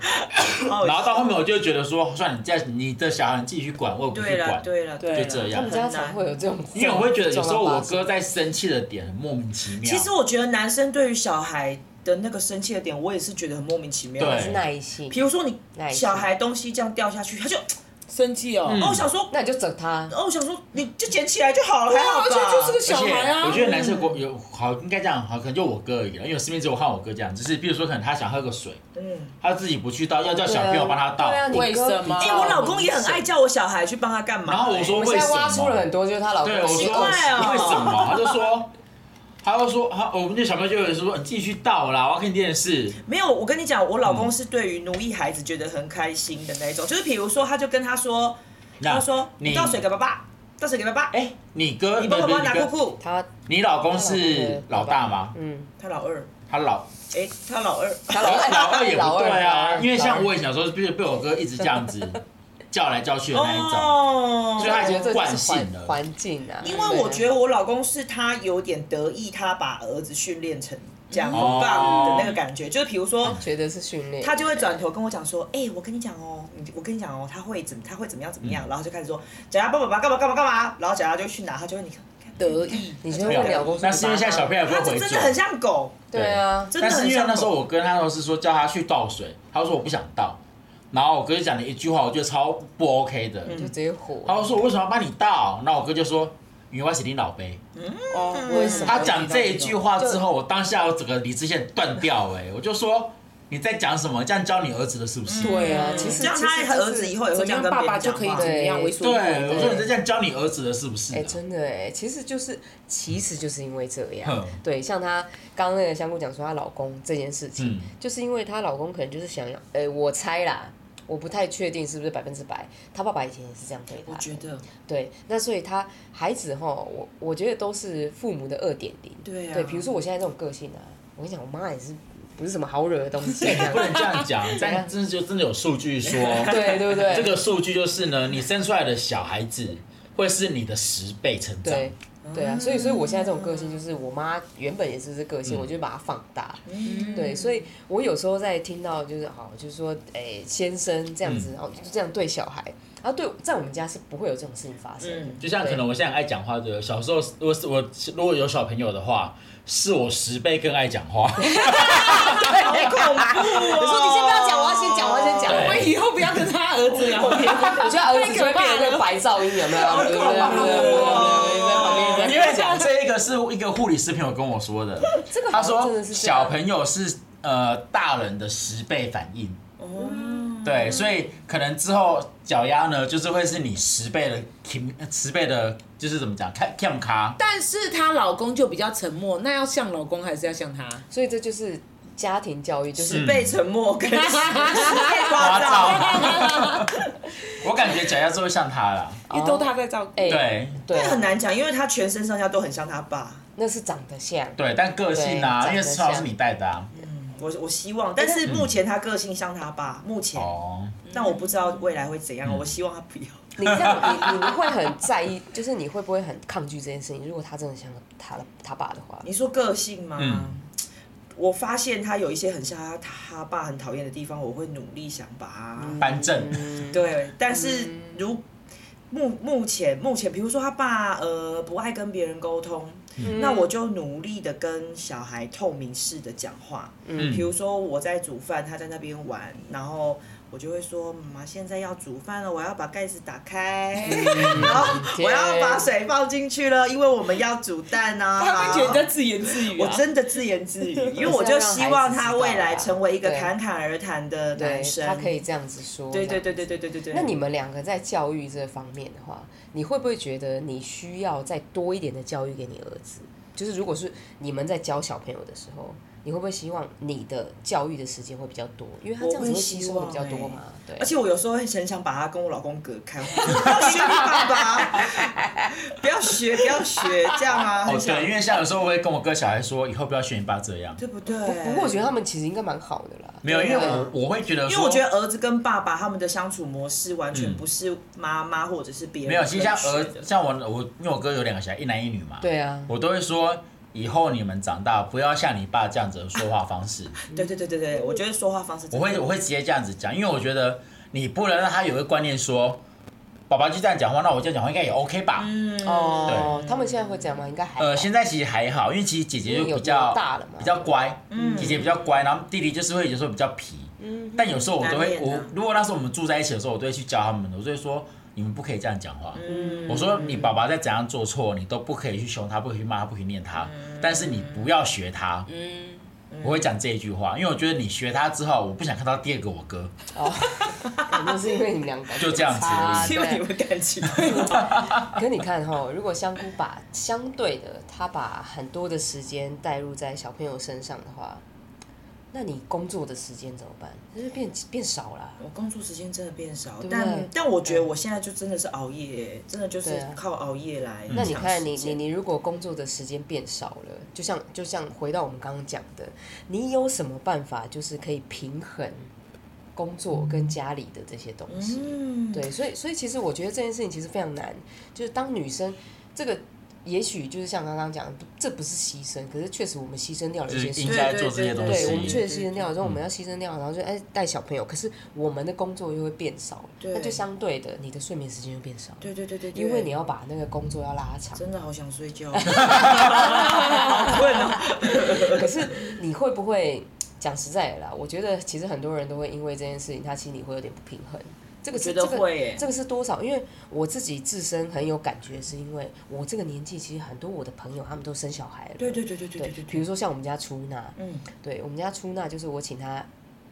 好好笑
然后到后面我就觉得说：“算了，你在你的小孩你自己去管，我也不
对
去
了
管。”
对了，
就
对
这
他
样
们。家才会有这种，
因为我会觉得有时候我
啊这种
哥在生气的点很莫名其妙。
其实我觉得男生对于小孩的那个生气的点，我也是觉得很莫名其妙。
状况发生
对
是耐心
比，如说你
耐心
小孩东西这样掉下去，他就
生气
嗯
哦。
哦，我想说，
那你就整他。
哦，我想说，你就捡起来就好
啊
了，还好
而且就是个
吧？
小孩啊，
而且我觉得男生有有好应该这样，好可能就我哥而已了，因为我身边只有我和我哥这样，就是比如说可能他想喝个水，
嗯，
他自己不去倒，要叫小朋友帮他倒。
对啊，你哥
为什么
比
哎，
较
我老公也很爱
明显。
叫我小孩去帮他干嘛？
然后我说
我
为
现在
什
挖出了很
么？
多，就是她老公
对，我说
是
奇怪哦
为什么？他就说。他就说，他我们那小朋友就有人说，你继续倒啦，我要看电视。
没有，我跟你讲，我老
嗯
公是对于奴役孩子觉得很开心的那一种，就是比如说，他就跟他说，
那
他说你
你
倒水给爸爸，倒水给爸爸，哎、
哎，你哥，
你帮爸
不是
爸拿
你哥
裤裤，
他
你老公是老大吗？
嗯，
他老二，
他老
哎、他老二，
他
老
老二
老二也不
老
对啊，
二
因为像
老
我
二
以前小时候，被被我哥一直这样子叫来叫去的那一种。
哦
所以他已
我
经
觉得这
惯
就是环
性了
环境啊，
因为我觉
得
得我老公是他有点得意，他把儿子训练成这样很棒的那个感
哦
觉，就是比如说。
觉得是训练，
他就会转头跟我讲说：“哎、我跟你讲哦，你我跟你讲哦，他会怎么，他会怎么样怎么
嗯
样。然后就开始说：“假牙爸爸爸干嘛干嘛干嘛。”然后假牙就去拿，他就会你看，
得意，
你就会跟老公说
啊那是因为现在小朋友不会
他
回
这
嘴
真的，很像狗，
对啊，
真的
但
很像狗。
是因为那时候我哥他都是说叫他去倒水，他就说我不想倒，然后我哥就讲了一句话，我觉得超不 OK 的，
就直接火。
他就说我为什么要帮你倒？那我哥就说。因为我是你老呗。
哦，
嗯
为什么？
他讲这一句，话之后，我当下我整个理智线断掉、哎，我就说你在讲什么？这样教你儿子的是不是？
对啊，
嗯
其实
这样他儿子以后也会
怎么
这样
样，
跟
爸
别
爸
人
就
讲
可以
话
怎。么样为所
对，
欲
我说你在
为。
这样教你儿子的是不是、啊？
哎、真的哎、其实就是，其实就是因为这样
哼，
对，像她刚刚那个香菇讲说她老公这件事情，
嗯
就是因为她老公可能就是想要，哎、我猜啦，我不太确定是不是百分之百，她爸爸以前也是这样对
我
她，
觉得，
对，那所以她孩子哈，我我觉得都是父母的二点零，
对啊
对，
嗯
比如说我现在这种个性啊，我跟你讲，我妈也是不是什么好惹的东西，啊这
哎你
样
不能这样讲，但真的就真的有数据说，
对对不对？
这个数据就是呢，你生出来的小孩子会是你的十倍成长。
对。对啊，所以所以我现在这种个性就是我妈原本也是这个性，我就把它放大。对，所以我有时候在听到就是好，就是说，哎、先生这样子，然后就这样对小孩，然后对在我们家是不会有这种事情发生的。
嗯
就像可能我现在很爱讲话，对不对，小时候如果是我如果有小朋友的话，是我十倍更爱 讲话。
好恐怖哦！
我说你先不要讲，我要先讲，我要先讲。
对
我以后不要跟他儿子聊天，
我觉得儿子就会变成那个白噪音，有没有？对对对对在旁边在
因为讲这个是一个护理师朋友跟我说 的，
这个好
他
像
说
真的是这样
小朋友是呃大人的十倍反应。
哦
对，所以可能之后脚丫呢，就是会是你十倍的 kim 呃十倍的，就是怎么讲，看 kim 卡。
但是她老公就比较沉默，那要像老公还是要像她？
所以这就是家庭教育，就是
被沉默跟太
夸
夸张，
张。 我感觉脚丫就会像他啦。
因为都她在
哦
照顾。
哎
对
对
那
啊
很难讲，因为他全身上下都很像他爸。
那是长得像。
对，但个性啊，
对
因为从小是你带的啊，
我我希望，但是目前他个性像他爸，目
嗯
前，
哦，嗯
但我不知道未来会怎样，我希望他不要。
你这样，你你会很在意，就是你会不会很抗拒这件事情？如果他真的像他的他爸的话，
你说个性吗？
嗯
我发现他有一些很像他他爸很讨厌的地方，我会努力想把他。
嗯
颁证，
对，但是如目目前目前，比如说他爸呃不爱跟别人沟通，那我就努力的跟小孩透明式的讲话。嗯，比如说我在煮饭，他在那边玩，然后我就会说：“妈妈，现在要煮饭了，我要把盖子打开，
嗯
然后我要把水放进去了，因为我们要煮蛋啊。”
他会觉得自言自语
我
啊。
真的自言自语， 因为我就希望他未来成为一个侃侃而谈的
对
男生。
他可以这样子说。
对对
这样。
对对对对对对。
那你们两个在教育这方面的话，你会不会觉得你需要再多一点的教育给你儿子？就是如果是你们在教小朋友的时候，你会不会希望你的教育的时间会比较多？因为他这样子会吸收的比较多嘛。对，
而且我有时候会很想把他跟我老公隔开，我说不要学你爸爸， 不要学，不要学，这样啊，
哦
很想
对，因为像有时候我会跟我哥小孩说，以后不要学你爸这样。
对不对？
不过我觉得他们其实应该蛮好的啦。
没有，因为
对啊
我我会觉得说，
因为我觉得儿子跟爸爸他们的相处模式完全不是妈妈或者是别人
没有，其实像儿
可以学的
像我我，因为我哥有两个小孩，一男一女嘛，
对啊，
我都会说，以后你们长大不要像你爸这样子的说话方式，
对对对对对，我觉得说话方式
我会我会直接这样子讲，因为我觉得你不能让他有一个观念说，爸爸就这样讲话，那我这样讲话应该也 OK 吧？
哦，他们现在会这样吗？应该还好
呃，现在其实还好，因为其实姐姐就
因为有
比较
比较大了嘛
比较乖，姐姐比较乖，然后弟弟就是会有时候比较皮，
嗯
但有时候我都会，
难免
我
啊
如果那时候我们住在一起的时候，我都会去教他们，我就会说你们不可以这样讲话，我说你爸爸再怎样做错，你都不可以去凶他，不可以去骂他，不可以念他，但是你不要学他，
嗯，
我会讲这一句话，因为我觉得你学他之后，我不想看到第二个我哥，
可能是因为你们两个
就这样子而
差
已
是因为你
对
们 感情
可你看哈、如果香菇把相对的，他把很多的时间带入在小朋友身上的话，那你工作的时间怎么办？就是变变少了。啊
我工作时间真的变少，
对不对
但但我觉得我现在就真的是熬夜，真的就是
对啊
靠熬夜来
那
抢时间。
你看你，你你如果工作的时间变少了，就像就像回到我们刚刚讲的，你有什么办法就是可以平衡工作跟家里的这些东西？
嗯，
对，所以所以其实我觉得这件事情其实非常难，就是当女生这个，也许就是像刚刚讲，的，不这不是牺牲，可是确实我们牺牲掉了
就
一些
是
事
应
情。
该做这些东
对，我们
西。嗯
确实牺牲掉了之后，我们要牺牲掉，然后就哎带小朋友，可是我们的工作又会变少了，
对
那就相对的，你的睡眠时间就变少了，
对对对对，对
因为你要把那个工作要拉长。
真的好想睡 觉，好困哦。
可是你会不会讲实在的啦？我觉得其实很多人都会因为这件事情，他心里会有点不平衡。这个是
我觉得
这个
会耶
这个是多少？因为我自己自身很有感觉，是因为我这个年纪，其实很多我的朋友他们都生小孩了。
对对对对对
对
对对
比如说像我们家出纳，
嗯，
对我们家出纳就是我请他，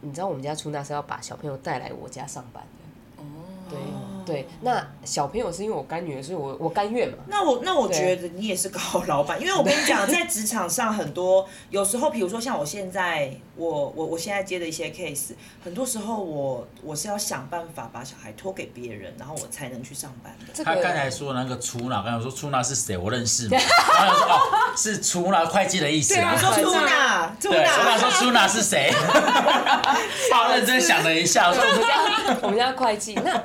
你知道我们家出纳是要把小朋友带来我家上班的。哦，对对，那小朋友是因为我干女儿，所以我我甘愿嘛。
那我那我
对
觉得你也是个好老板，因为我跟 你讲，在职场上很多有时候，比如说像我现在，我我我现在接的一些 case，很多时候我我是要想办法把小孩托给别人，然后我才能去上班的。
这个
他刚才说那个出纳，刚才我说出纳是谁？我认识 吗？他就说哦，是出纳会计的意思
对
啦
啊。
说出纳，出
对，我
纳
想，说出纳是谁？ 他认真想了一下，我说
我们家会计，那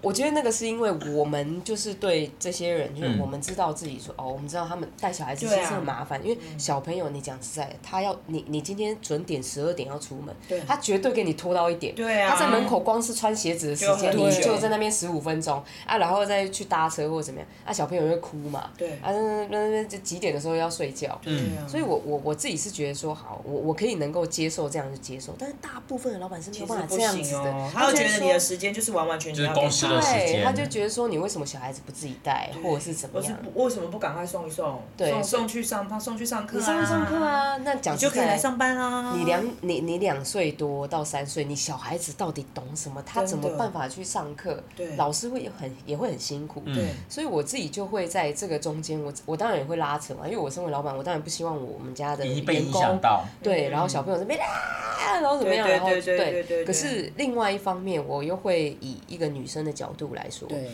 我觉得那个是因为我们就是对这些人，就是
嗯
我们知道自己说、哦，我们知道他们带小孩子其
对啊
实很麻烦，因为小朋友你讲实在的，他要你你今天准点十二点要出门
对，
他绝对给你拖到一点。
对啊
他在门口光是穿鞋子的时
就
间，
很
你
久
就在那边十五分钟啊，然后再去搭车或者怎么样，啊，小朋友就哭嘛，
对
啊，那那那那几点的时候要睡觉，
对啊
所以我我我自己是觉得说，好，我我可以能够接受这样就接受，但是大部分的老板是没有
其实
办法
不
这样子
行
的，
哦，他会觉
就
得
说
你的时间就是完完全全
就是
要给
公司的时
他
对，
间
他就觉得说你为什么小孩子不自己带，或者是怎么
我是
样？
不为什么不赶快送一送，
对
送送去上他送去上课、啊，
你上不上课，啊？那讲
你就可以来。上班啊。
你两你你两岁多到三岁，你小孩子到底懂什么？他
真的
怎么办法去上课？
对
老师会很也会很辛苦。
嗯
对
所以我自己就会在这个中间，我我当然也会拉扯嘛，因为我身为老板，我当然不希望我们家的
已经被
员
影
工
响到。
对，然后小朋友这边啊，然后怎么样，
嗯对对
然后
对对对对
可是另外一方面，我又会以一个女生的角度来说，
对，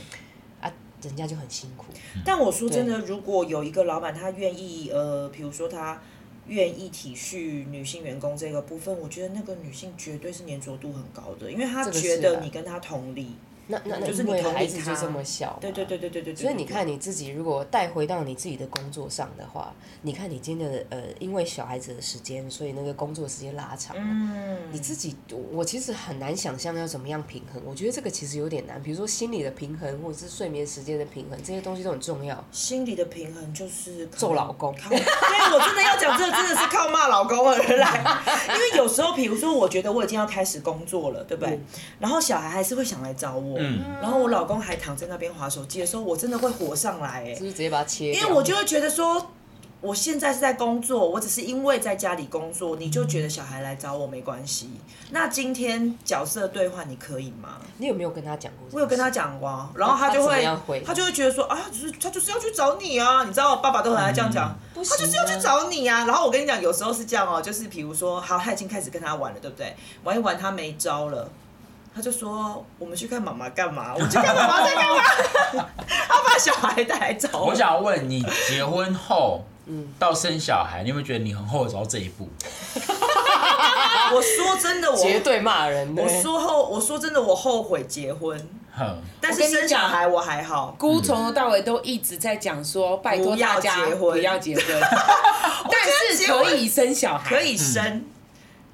啊，人家就很辛苦。
但我说真的，如果有一个老板他愿意，呃，比如说他愿意体恤女性员工这个部分，我觉得那个女性绝对是粘着度很高的，因为她
这个是
觉
啊
得你跟她同理。
那那那
就是
因
你
为
同理
孩子就
他
这么小嘛，
对对对对对对对。
所以你看你自己，如果带回到你自己的工作上的话，你看你今天的呃，因为小孩子的时间，所以那个工作时间拉长了。
嗯，
你自己，我我其实很难想象要怎么样平衡。我觉得这个其实有点难，比如说心理的平衡，或者是睡眠时间的平衡，这些东西都很重要。
心理的平衡就是靠
揍老公
靠对，我真的要讲，这个真的是靠骂老公而来。因为有时候，比如说，我觉得我已经要开始工作了，对不对？然后小孩还是会想来找我，
嗯
然后我老公还躺在那边划手机的时候，我真的会火上来、哎
是不是直接把它切掉？
因为我就会觉得说，我现在是在工作，我只是因为在家里工作，你就觉得小孩来找我没关系。那今天角色兑换，你可以吗？
你有没有跟他讲过？
我有跟他，讲过啊，然后他就
他怎么
会
样回，
他就会觉得说啊，就是他就是要去找你啊，你知道，爸爸都很爱这样讲，
不
他就是要去
行啊
找你啊。然后我跟你讲，有时候是这样哦，就是比如说，好，他已经开始跟他玩了，对不对？玩一玩他没招了。他就说：“我们去看妈妈干嘛？我去看妈妈在干嘛？ 他把小孩带来找
我
我。
想问你，结婚后，
嗯
到生小孩，你有没有觉得你很后悔走到这一步？啊
我说真的，我
绝对骂人的。
我说后，我说真的，我后悔结婚，
哼，
但是
我跟你
生小
讲
孩我还好。
姑从头到尾都一直在讲说，拜托大家
不要结婚
不 要结婚，但是可以生小孩，
可以生，
嗯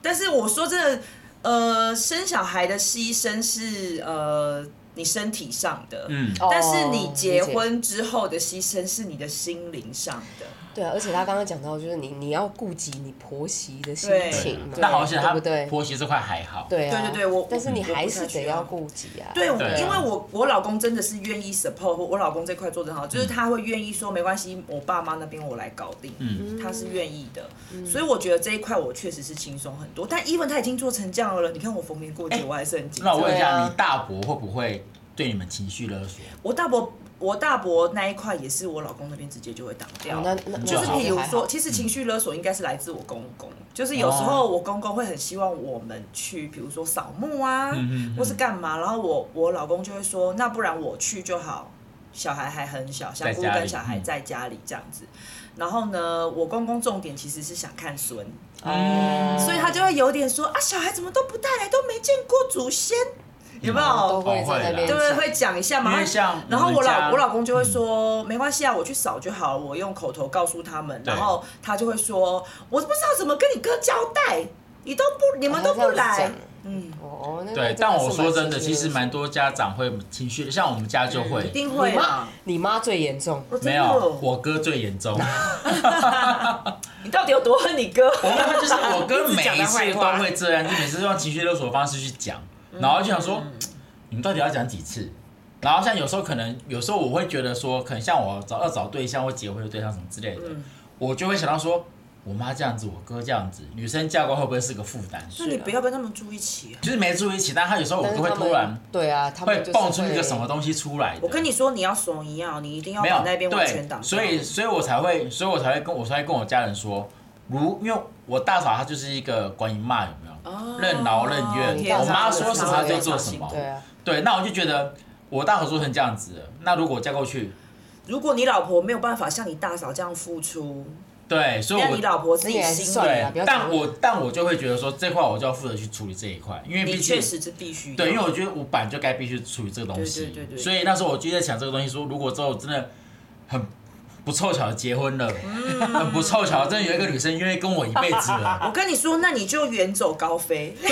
但是我说真的，呃，生小孩的牺牲是呃你身体上的，
嗯，
哦
但是你结
理解
婚之后的牺牲是你的心灵上的。
对啊，而且他刚刚讲到，就是你你要顾及你婆媳的心
对
情嘛，
但好险
对
他
不对？
婆媳这块还好。
对啊，
对对对我
但是你
我不
还
太
是
需
得
要
要顾及啊。
对，
对啊
因为我我老公真的是愿意 support，我老公这块做得好，就是他会愿意说没关系，我爸妈那边我来搞定，
嗯
他是愿意的，
嗯
所以我觉得这一块我确实是轻松很多。但 even 他已经做成这样了，你看我逢年过节
哎
我还是很紧张。
那我问一
对
下，
啊
你大伯会不会对你们情绪勒索？
我大伯，我大伯那一块也是我老公那边直接就会挡掉。
哦那那那
就是
好
比如
还
说，
好
其实情绪勒索应该是来自我公公，就是有时
哦
候我公公会很希望我们去，比如说扫墓啊，
嗯嗯嗯
或是干嘛，然后我我老公就会说，那不然我去就好，小孩还很小，香菇
在家里
跟小孩在家里这样子。然后呢，我公公重点其实是想看孙，
哦
所以他就会有点说啊，小孩怎么都不带来，都没见过祖先，有没有？
啊都会在那边
哦
对
讲，
对，会讲一下嘛。
因为像
然后
我
我
们家嗯
老我老公就会说，没关系啊，我去扫就好了，我用口头告诉他们，
对
然后他就会说，我不知道怎么跟你哥交代，你都不你们都不
哦这
来
样子，
嗯，
哦，那
对
那，
但
的是
我说真的，
情绪
其实
勒索
蛮多家长会情绪，像我们家就会
一，定会啦。
你妈最严重，
我真
没
的
有，我哥最严 重。
你到底有多恨你哥？
我妈妈就是我哥每一
一直讲他
次
坏
都
话
会这样，就每次都用情绪勒索的方式去讲，
嗯
然后就想说，你们到底要讲几次？然后像有时候可能，有时候我会觉得说，可能像我找要找对象或结婚的对象什么之类的，
嗯
我就会想到说，我妈这样子，我哥这样子，女生嫁过会不会是个负担？
那你不要跟他们住一起啊。
就是没住一起，但他有时候我
但是
哥会
他
突
们
然
对啊，他们
会
就是
蹦出一个什么东西出来的。
我跟你说，你要怂一样，你一定要
没有
把那边完全挡
对，
掉。
所以所以我才会，所以我才会跟我才会跟我家人说，如因为我大嫂她就是一个关于骂有没有、
哦
任劳任
你
怨，
大嫂
我妈
真的
说什
是
么她
非
就
常
做
小
什
心
么，
对啊，
对，那我就觉得我大嫂做成这样子了，那如果我嫁过去，
如果你老婆没有办法像你大嫂这样付出，
对，所以
那
我
你老婆啊自己
那也还
心
算
里，
了啦
对
不要，
但
讲
我但我就会觉得说这块我就要负责去处理这一块，因为
你
毕
确
竟。
实是必须的。
对，因为我觉得我本来就该必须处理这个东西，
对对对对
所以那时候我就在想这个东西说如果之后真的很不凑巧地结婚了，
嗯
很不凑巧，真的有一个女生愿意跟我一辈子了
我，跟你说，那你就远走高飞。
对，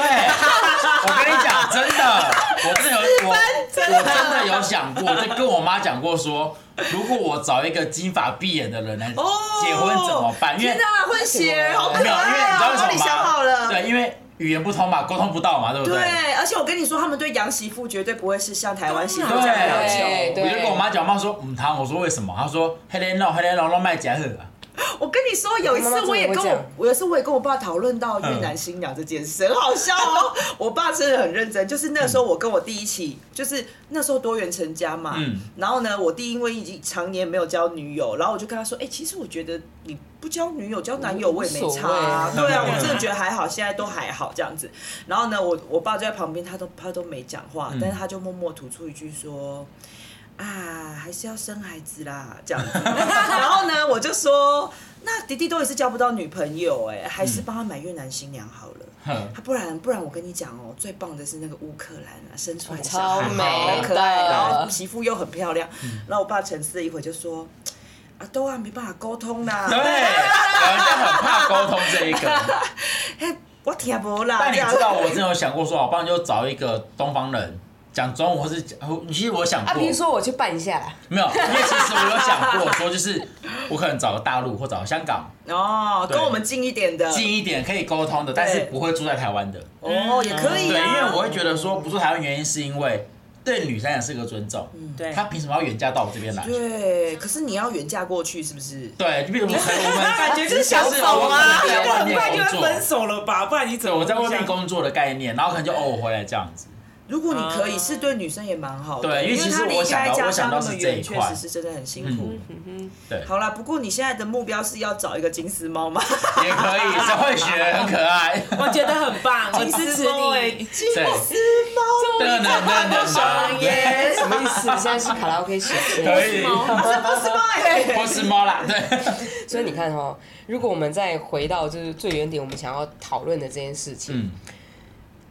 我跟你讲，真的，我真的有我我真的有想过，就跟我妈讲过说，如果我找一个金发碧眼的人来
哦，
结婚怎么办？因为
天哪，混血儿好可
没有，因为
爱
你知
啊！
道
我
为
帮
什
你
么
想好
吗？
了。
对，因为语言不通嘛，沟通不到嘛，对不
对，而且我跟你说，他们对洋媳妇绝对不会是像台 湾媳妇这样要
对
求。
我就跟我妈讲，我妈说嗯，汤，我说为什么？她说黑莲肉，黑莲肉肉卖假货啊。
我跟你说，有一次我也
妈妈真的会
跟
这
我
样，
我有一次我也跟我爸讨论到
嗯
越南新娘这件事，很好 笑哦。我爸真的很认真，就是那时候我跟我弟一起，就是那时候多元成家嘛，
嗯
然后呢，我弟因为已经常年没有交女友，然后我就跟他说，哎、其实我觉得你不交女友交男友我也没差、啊
无，所
对
谓
啊，我真的觉得还好，现在都还好这样子。然后呢，我我爸就在旁边，他都他都没讲
嗯
话，但是他就默默吐出一句说。 啊，还是要生孩子啦，这样子。然后呢，我就说，那迪迪都也是交不到女朋友
嗯
哎、还是帮他买越南新娘好了。
哼
他不然不然，我跟你讲哦，最棒的是那个乌克兰啊，生出来的
哦超
小孩
美
好可爱，
的嗯
然后媳妇又很漂亮。然后我爸沉思了一会儿就说：“啊，都啊，没办法沟通啦
对，，老人家很怕沟通这 一个。
我听不啦。”啊
但你
这样
知道，我真的有想过说，好，不然就找一个东方人讲中文，或是讲，其实我想
啊，
过，
比如说我去办一下啦，
没有，因为其实我有想过说，就是我可能找个大陆或找个香港
哦，跟我们近一点的，
嗯
近一点可以沟通的，但是不会住在台湾的。
哦，也可
嗯对，
以
因为
啊。
我会觉得说不住台湾原因是因为对女生也是个尊重，
嗯
对
她凭什么要远嫁到我这边来？
对，可是你要远嫁过去是不是？
对，就比如说我们
感觉就是想走啊，
我可能在外
很快就
面
会
工
分
作，
手了吧？不然你怎
对，
么
我在外面
工
工作的概念，然后可能就哦我回来这样子。
如果你可以，
啊
是对女生也蛮好的。
嗯对因为
因
其实
她离
我想
开
到
家
我想
乡那
到
么
是这一
远，确
块嗯
实是真的很辛苦。
对，
好啦，不过你现在的目标是要找一个金丝猫吗？
也可以，谁会学？很可 爱。
我觉得很棒，我支持你。
对，等等等
啊
等，
耶， 什么意思？现在是卡拉 OK 时间，
可以，
哎
波斯猫啦，对，
所以你看哦，如果我们再回到就是最原点，我们想要讨论的这件事情，
嗯，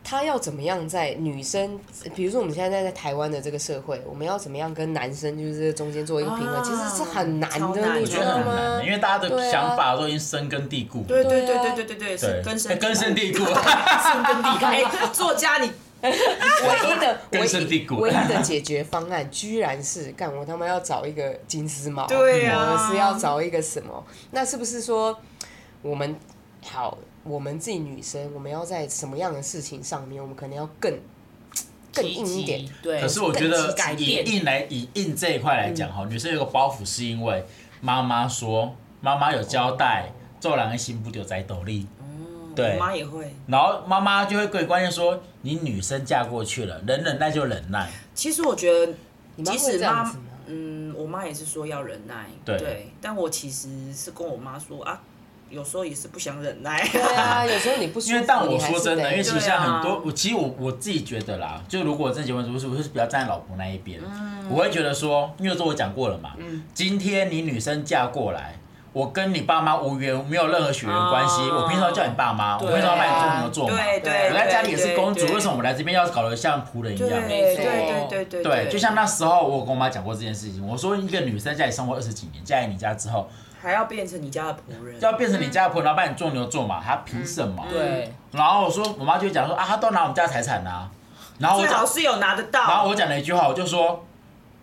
他要怎么样在女生，比如说我们现在在台湾的这个社会，我们要怎么样跟男生就是中间做一个平衡，
啊
其实是很难
超
的，
难
你
我
知
觉得
道
很难
吗
的，因？为大家
对
的
啊
想法都已经深根蒂固了。
对对对
对啊
对对对对，是
对，哎
根深
根深蒂固。
深 根蒂固。哎，作家你
唯一的
根深蒂固
唯一唯一的解决方案，居然是干我他妈要找一个金丝猫，
对啊
我是要找一个什么？那是不是说我们好，我们自己女生，我们要在什么样的事情上面，我们可能要更更硬一点？，
对。
哎
可是我觉得
更改
以
变，
硬来以硬这一块来
嗯
讲哈，女生有个包袱是因为妈妈说，妈妈有交代，做人的心不丢在斗笠。对
我，哦妈也会。
然后妈妈就会跟关键说，你女生嫁过去了，能忍耐就忍耐。
其实我觉得，
你妈
即
会
使
这样
妈
子吗？
嗯，我妈也是说要忍耐，
对
但我其实是跟我妈说啊，有时候也是不想忍耐。
对啊，有时候你不舒服，
因为但我
你还
说
是
真的，
得
因为其实像很
对啊
多，我其实我我自己觉得啦，就如果真的结婚，是不是我是比较站在老婆那一边？
嗯
我会觉得说，因为这我讲过了嘛，今天你女生嫁过来。我跟你爸妈无缘，没有任何血缘关系。
哦
我凭什么要叫你爸妈？我
对啊
凭什么要把你做牛做马？
对对，
我在家里也是公主，
对
为什么？我来这边要搞得像仆人一
对
样？
对对
没错
对对
对，就像那时候我有跟我妈讲过这件事情，我说一个女生在家里生活二十几年，嫁来你家之后，
还要变成你家的仆人，
要变成你家的仆人，然后把你做牛做马，她凭什么？
嗯
对，
然后我说，我妈就讲说啊，她都拿我们家财产啦、啊然后我
最
讲
好，是有拿得到。
然后我讲了一句话，我就说，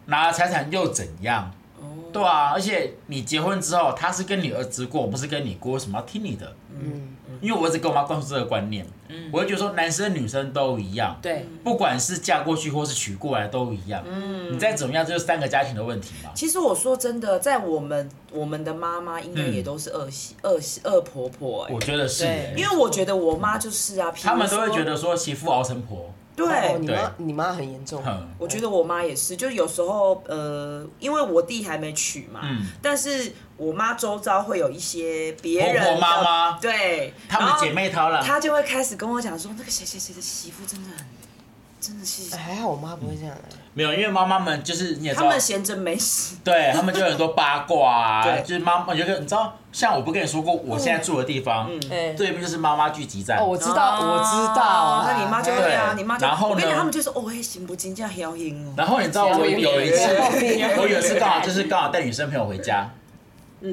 拿了财产又怎样？
哦
对啊，而且你结婚之后，她是跟你儿子过，不是跟你过，为什么要听你的？
嗯，
因为我一直跟我妈灌输这个观念，
嗯
我就觉得说男生女生都一样，
对，
不管是嫁过去或是娶过来都一样，嗯，你再怎么样，这就是三个家庭的问题嘛。
其实我说真的，在我们我们的妈妈应该也都是恶媳、恶媳、恶婆婆、欸
我，觉得是、
对
欸，
因为我觉得我妈就是啊，
他们都会觉
得
得说媳妇熬成婆，
哦，
对。
你妈你妈很严重，
哼，
我觉得我妈也是，就是有时候，呃，因为我弟还没娶嘛，
嗯
但是我妈周遭会有一些别
婆
人
婆
的
妈妈
对，
他们姐，妹啊淘了，
她就会开始跟我讲说，那个谁谁谁的媳妇真的很，真的是，
还好我妈不会这样啊。
没有，因为妈妈们就是你也哎知
他
道
们，闲着没事，
对他们就有很多八卦啊，
对
就是妈妈有一个，你知道，像我不跟你说过，我现在住的地方，
哎，
对面就是妈妈聚集站
哦，，我知道，我知道，
那你妈就会
对
啊，你妈就，
然后呢
我跟你讲，他们就说，哦，哎，行不行，这样要赢哦。
然后你知道我有一次
对，
我有一次刚好就是刚好带女生朋友回家，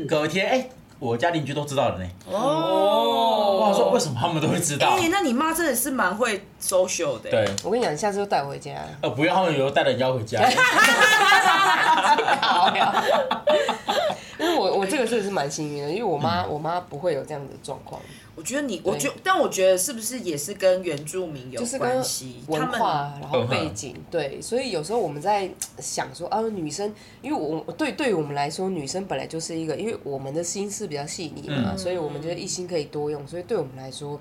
隔天哎，我家邻居都知道了呢，
哦
我想说为什么他们都会知道
哎、？那你妈真的是蛮会 social 的、欸
对，，
我跟你讲，你下次就带我回家。
呃，不要，他们有时候带人家回家，
因为我我这个真的是蛮幸运的，因为我
嗯
妈、我妈不会有这样的状况，
我觉得你，我觉，但我觉得是不是也是跟原住民有
就是跟
关系？他
文
们
化然后
嗯哼
背景对，所以有时候我们在想说啊，女生，因为我我对对于我们来说，女生本来就是一个，因为我们的心思比较细腻嘛，
嗯
所以我们觉得一心可以多用，所以对我们来说。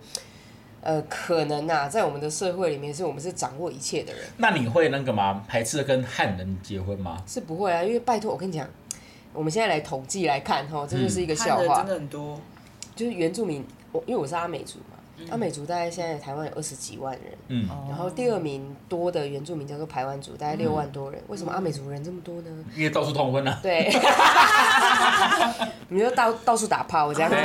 呃，可能呐、啊，在我们的社会里面，是我们是掌握一切的人，
那你会那个吗？排斥跟汉人结婚吗？
是不会啊。因为拜托，我跟你讲，我们现在来统计来看，哈，这就是一个
看
笑
的
话。
真的很多，
就是原住民，我因为我是阿美族嘛，
嗯
阿美族大概现在台湾有二十几万人，
嗯，
然后第二名多的原住民叫做排湾族，大概六万多人。为什么阿美族人这么多
嗯
呢？
因为到处通婚啊。
对， 你就到到处打炮这样。
对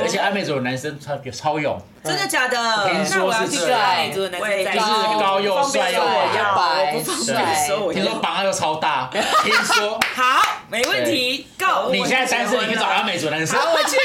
而且阿美族的男生超超勇，
真的假的？
听
那我
说
要
是
去
这
跟爱
样
族。的男生
就
在一
就是
起
高又
方便
帅又
说我
火
要
药，
白
我不方
对
便说我
听说
要。
榜样又超 大，听说
好，没问题，Go。
你现在单身，你去找阿美族男生，
好，我去。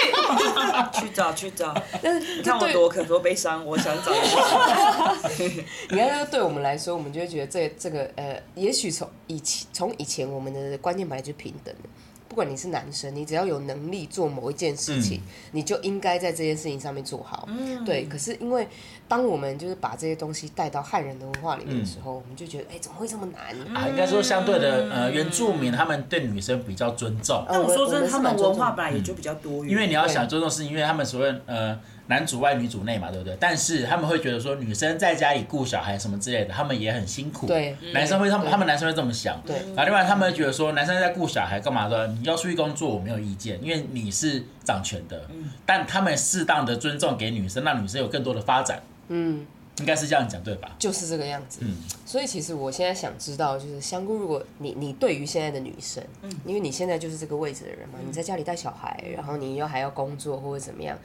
去找去找，
但是
你看
这
我
对
多可多悲伤，我想找。
你看，对我们来说，我们就会觉得这这个呃，也许从以前从以前我们的观念本来就平等的，不管你是男生，你只要有能力做某一件事情，你就应该在这件事情上面做好。对。可是因为当我们就是把这些东西带到汉人的文化里面的时候，我们就觉得，哎、怎么会这么难？
啊，应该说相对的，呃，原住民他们对女生比较尊重，
呃
但我说
们
真的，
是
他
蛮
们
尊
文
重
化本来也就比较多元，
因为你要想尊重，是因为他们所谓呃男主外女主内嘛，对不对？但是他们会觉得说女生在家里顾小孩什么之类的，他们也很辛苦。
对
男生会他们
对
他们男生会这么想。
对
然后另外他们会觉得说男生在顾小孩干嘛的，你要出去工作我没有意见，因为你是掌权的。
嗯
但他们适当的尊重给女生，让女生有更多的发展，
嗯，
应该是这样讲对吧？
就是这个样子。
嗯
所以其实我现在想知道，就是香菇，如果你你对于现在的女生，
嗯
因为你现在就是这个位置的人嘛，你在家里带小孩，然后你又还要工作或者怎么样，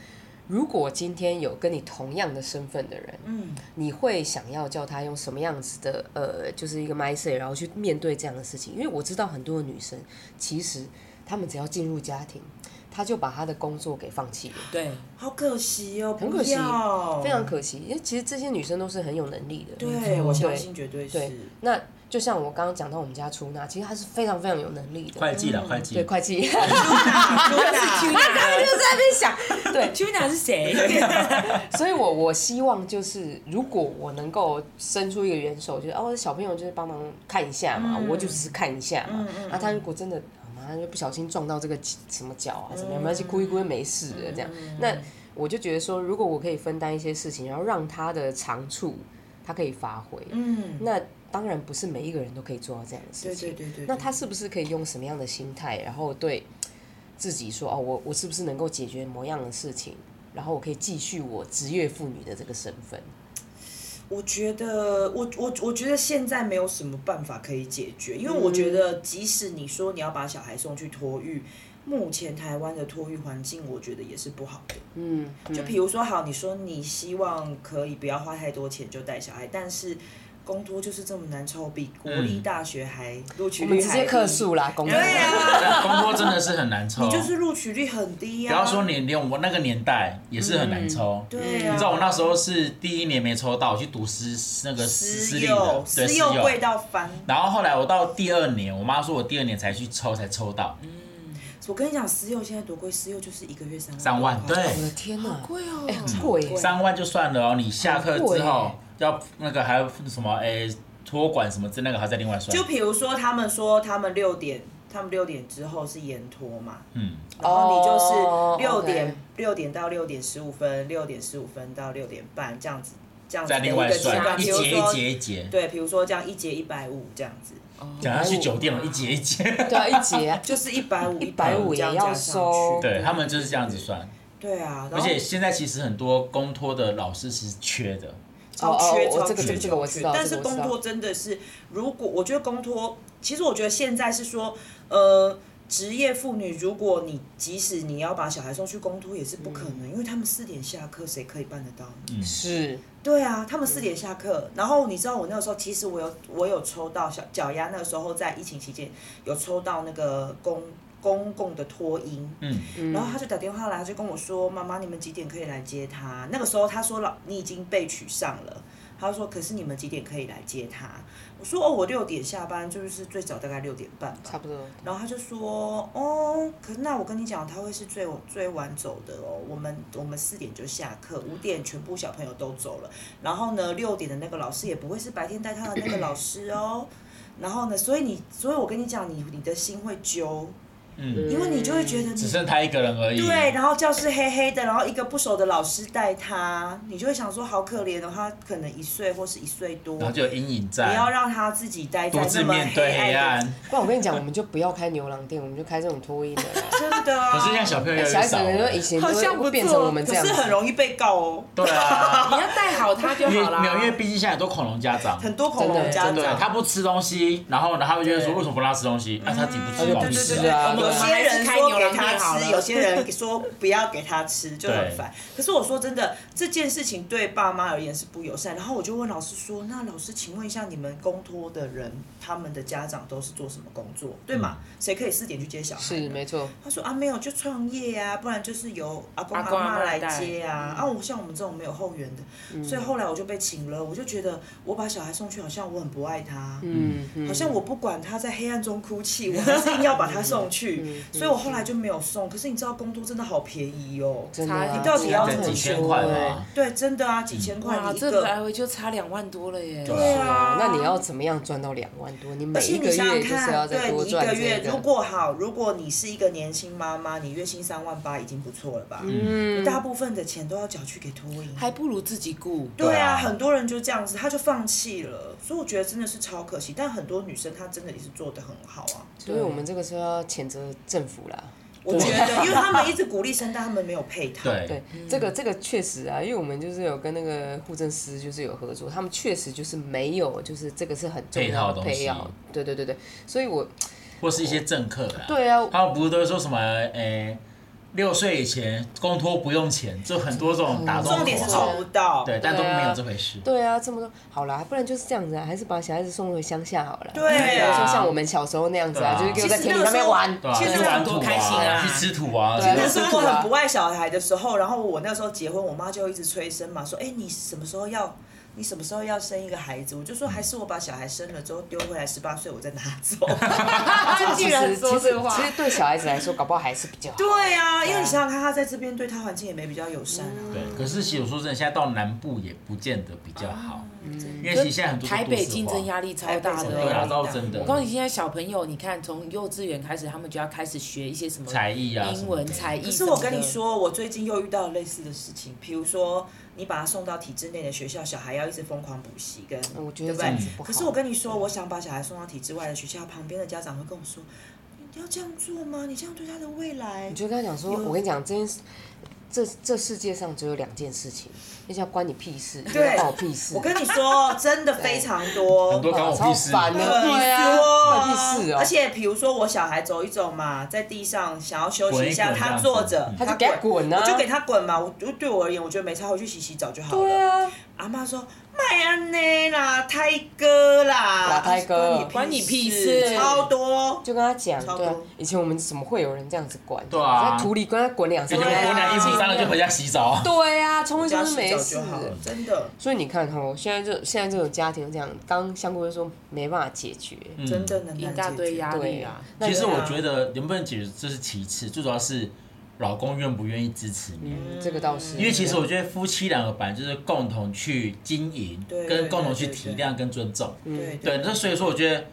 如果今天有跟你同样的身份的人，
嗯，
你会想要叫他用什么样子的呃，就是一个 mindset，然后去面对这样的事情？因为我知道很多的女生，其实她们只要进入家庭，她就把她的工作给放弃了。
哦
对，
好可惜哦，
很
不
可惜
要
非常可惜，因为其实这些女生都是很有能力的。
对，我相信绝对
对
是。
那就像我刚刚讲到我们家出纳，其实她是非常非常有能力的，
会计了，会
嗯对
计。
会计，
嗯
Tuna，
就在那边想，对，
Tuna 是谁？
所以我我希望就是，如果我能够伸出一个援手，就是哦，小朋友就是帮忙看一下嘛，
嗯
我就只是看一下嘛。啊，他如果真的，啊妈就不小心撞到这个什么脚啊，怎么样，没
嗯
关系，哭一哭就没事的这样。那我就觉得说，如果我可以分担一些事情，然后让他的长处他可以发挥，
嗯，
那当然不是每一个人都可以做到这样的
对
事情
对。对对。
那他是不是可以用什么样的心态，然后对自己说哦，我我是不是能够解决某样的事情，然后我可以继续我职业妇女的这个身份？
我觉得，我我我觉得现在没有什么办法可以解决，因为我觉得，即使你说你要把小孩送去托育，目前台湾的托育环境，我觉得也是不好的。
嗯，
就比如说，好，你说你希望可以不要花太多钱就带小孩，但是公托就是这么难抽，比国立大学还录取
我们
率还
直接
低
客诉啦，公司
嗯对 啊，
工作真的是很难抽，
你就是录取率很低
不
啊。
要说你连我那个年代也是很难抽。
对啊，
你知道我那时候是第一年没抽到，我去读私那个私私
私
立的
幼，，
对
私
私
幼
幼。
贵到翻。
然后后来我到第二年，我妈说我第二年才去抽，才抽到
嗯我跟你讲，私幼现在多贵，私幼就是一个月三万。
三万，对，，
我的天哪，
贵哦
哎、很贵耶，
三万就算了哦。你下课
很贵
之
耶
后要那个还有什么诶托管什么之类那个还要再另外算
就。比如说，他们说他们六点，他们六点之后是延托嘛，
嗯，
然后你
哦
就是六
OK
点六点到六点十五分，六点十五分到六点半这样子，这样子
再
的一
另外
个阶
算
段，
一
比如
节一节
说
一节，
对，比如说这样一节一百五这样子，
讲要去酒店了，一节一节。
对啊，哦一节啊
就是一百五
150
这样
也要
加上
收
去，
对他们就是这样子算，
对啊，然
而
后
且现在其实很多公托的老师是缺的，
超
哦
缺，
哦
超
这个
缺，
这个我知道
超缺但
这
是
个我知
公
道
托真的是，如果我觉得公托，其实我觉得现在是说，呃，职业妇女，如果你即使你要把小孩送去公托，也是不
嗯
可能，因为他们四点下课，谁可以办得到呢？
嗯，
是
对啊，他们四点下课，然后你知道我那个时候，其实我有我有抽到小脚丫，那个时候在疫情期间有抽到那个公公共的托婴，
嗯，
然后他就打电话来，他就跟我说：“妈妈，你们几点可以来接他？”那个时候他说：“老，你已经被取上了。”他就说：“可是你们几点可以来接他？”我说：“哦，我六点下班，就是最早大概六点半吧。
差不多。”
然后他就说：“哦，可那我跟你讲，他会是最最晚走的哦。我们我们四点就下课，五点全部小朋友都走了。然后呢，六点的那个老师也不会是白天带他的那个老师哦。然后呢，所以你，所以我跟你讲，你你的心会揪，
嗯，
因为你就会觉得
只
你
剩他一个人而已。
对，，然后教室黑黑的，然后一个不熟的老师带他，你就会想说好可怜哦，他可能一岁或是一岁多，
然后
不
就有阴影在，
要让他自己待在
独
那
自
么
面对黑
暗
暗
的，。
不然我跟你讲，我们就不要开牛郎店，我们就开这种脱衣的啦。
真的啊，
可是现在小朋友越来
哎小
越
孩子
少
可
了
能以，前
好像
就
不
会变成
错
我们这
可
样
是
子，
很容易被告哦，
对 啊，
你要带好它就
因为
好啦
没。有，因为毕竟现在很多恐龙家长，
很多恐龙家
真的
对
真
长
的。
他不吃东西，然后然后他会觉得说
对
为什么不让他吃东西？啊，他自己不
他
吃，
就
老
不
子
吃
吃
啊
啊。
对
有
啊
些人说给
开牛郎
他
店好
吃，
了
有些人说不要给他吃，就很烦。可是我说真的，这件事情对爸妈而言是不友善。然后我就问老师说：“那老师，请问一下，你们公托的人，他们的家长都是做什么工作？对嘛？谁可以四点去接小孩？”
嗯是没错，
他说啊，没有就创业啊，不然就是由阿公
阿
阿
公阿
妈
嬷
来
带
接
嗯
啊。啊，我像我们这种没有后援的，所以后来我就被请了。我就觉得我把小孩送去，好像我很不爱他。
嗯，嗯
好像我不管他在黑暗中哭泣，我还是硬要把他送
嗯
去，所以我后来就没有送。可是你知道，工作真的好便宜哦，
真的啊
你
到底要
这
怎么
几
修
千块
欸
嘛，
对，真的啊，几
嗯
千块
哇，
你一
这来
个，
回就差两万多了耶！
对啊
啊
那你要怎么样赚到两万多？你每
而且
一
你
个
想想
月就是要
看，
再
对
多
你一
赚
个
这
月，
个
如。果好，如果你是一个年轻妈妈，你月薪三万八已经不错了吧？
嗯，
大部分的钱都要缴去给托婴。
还不如自己雇。
对
对
啊，
啊
很多人就这样子，他就放弃了，所以我觉得真的是超可惜。但很多女生她真的也是做的很好啊，
所以我们这个时候要谴责政府啦。
我觉得，因为他们一直鼓励生，但他们没有配套。
对
对，
嗯
这个这个确实啊，因为我们就是有跟那个护政师就是有合作，他们确实就是没有，就是这个是很重
配套
要
的
的
东
配
西
药。对对对对，所以我
或是一些政客啦。
对啊，
他们不是都会说什么诶，六岁以前公托不用钱，就很多这种打动口号
重点是找不到。
对，但都没有这回事。
对啊，这么多好啦，不然就是这样子啊，还是把小孩子送回乡下好了。
对
就
啊
像我们小时候那样子啊，
对啊
就是给我在
其实
田里那
那个
边
时候
玩。
对啊，
其实
去玩
很
土
多开心
啊，
啊
去 吃土啊，
对啊
这
那
种
是我很不爱小孩的时候，然后我那时候结婚，我妈就一直催生嘛，说：“哎、你什么时候要？你什么时候要生一个孩子？”我就说：“还是我把小孩生了之后丢回来，十八岁我再拿 走。
这
竟
其
然
实
说
其
这
实
话
其实对小孩子来说，搞不好还是比较好”。
对啊，因为你想想看，他在这边对他环境也没比较友善啊。
对，可是其实我说真的，现在到南部也不见得比较好，因为其实现在很多都
台北
都市化
竞争压力超大的
对啊，
哦。
到真的
我告诉你，现在小朋友，你看从幼稚园开始，他们就要开始学一些什么
才艺啊，
英文才
艺，
艺。
可是我跟你，说，我最近又遇到类似的事情，比如说你把他送到体制内的学校，小孩要一直疯狂补习跟，
嗯我觉
对
得
不
这
对
样子不好。
可是我跟你说，我想把小孩送到体制外的学校，旁边的家长会跟我说：“你要这样做吗？你这样对他的未来
你就跟他讲说，
有
我跟你讲，这件事，这这世界上只有两件事情，一叫关你屁事，一
对
叫关我屁事。
我跟 你说，真的非常多，
很多关我
超
屁事。
烦的，对啊，关你屁事哦。
而且比如说我小孩走一走嘛，在地上想要休息一下，
滚一滚
他坐着，
他就给他滚啊
我就给他滚嘛。我对我而言，我觉得没差，回去洗洗澡就好了。
对啊，
阿妈说：“卖安内啦，泰哥啦，啊
哇泰哥
关你屁事
超多。
就跟他讲，
超
对啊
多，
以前我们怎么会有人这样子管？
对啊
在土里跟他滚两
以
三
前
下，
我
对啊
们俩一米三了就回家洗澡啊，
对啊，冲一
家
冲就
洗
没
澡
事
就。好了，真的，
所以你看哈，现在这现在这种家庭这样，刚香菇就说没办法解决，
嗯
真的能
一大堆压力
对
啊。，
那
其实
你
我觉得能不能解决这是其次，最主要是老公愿不愿意支持你。
嗯这个倒是，
因为其实我觉得夫妻两个本来就是共同去经营
对，
跟共同去
对对
体
对
谅跟尊重。
对
对，那所以说我觉得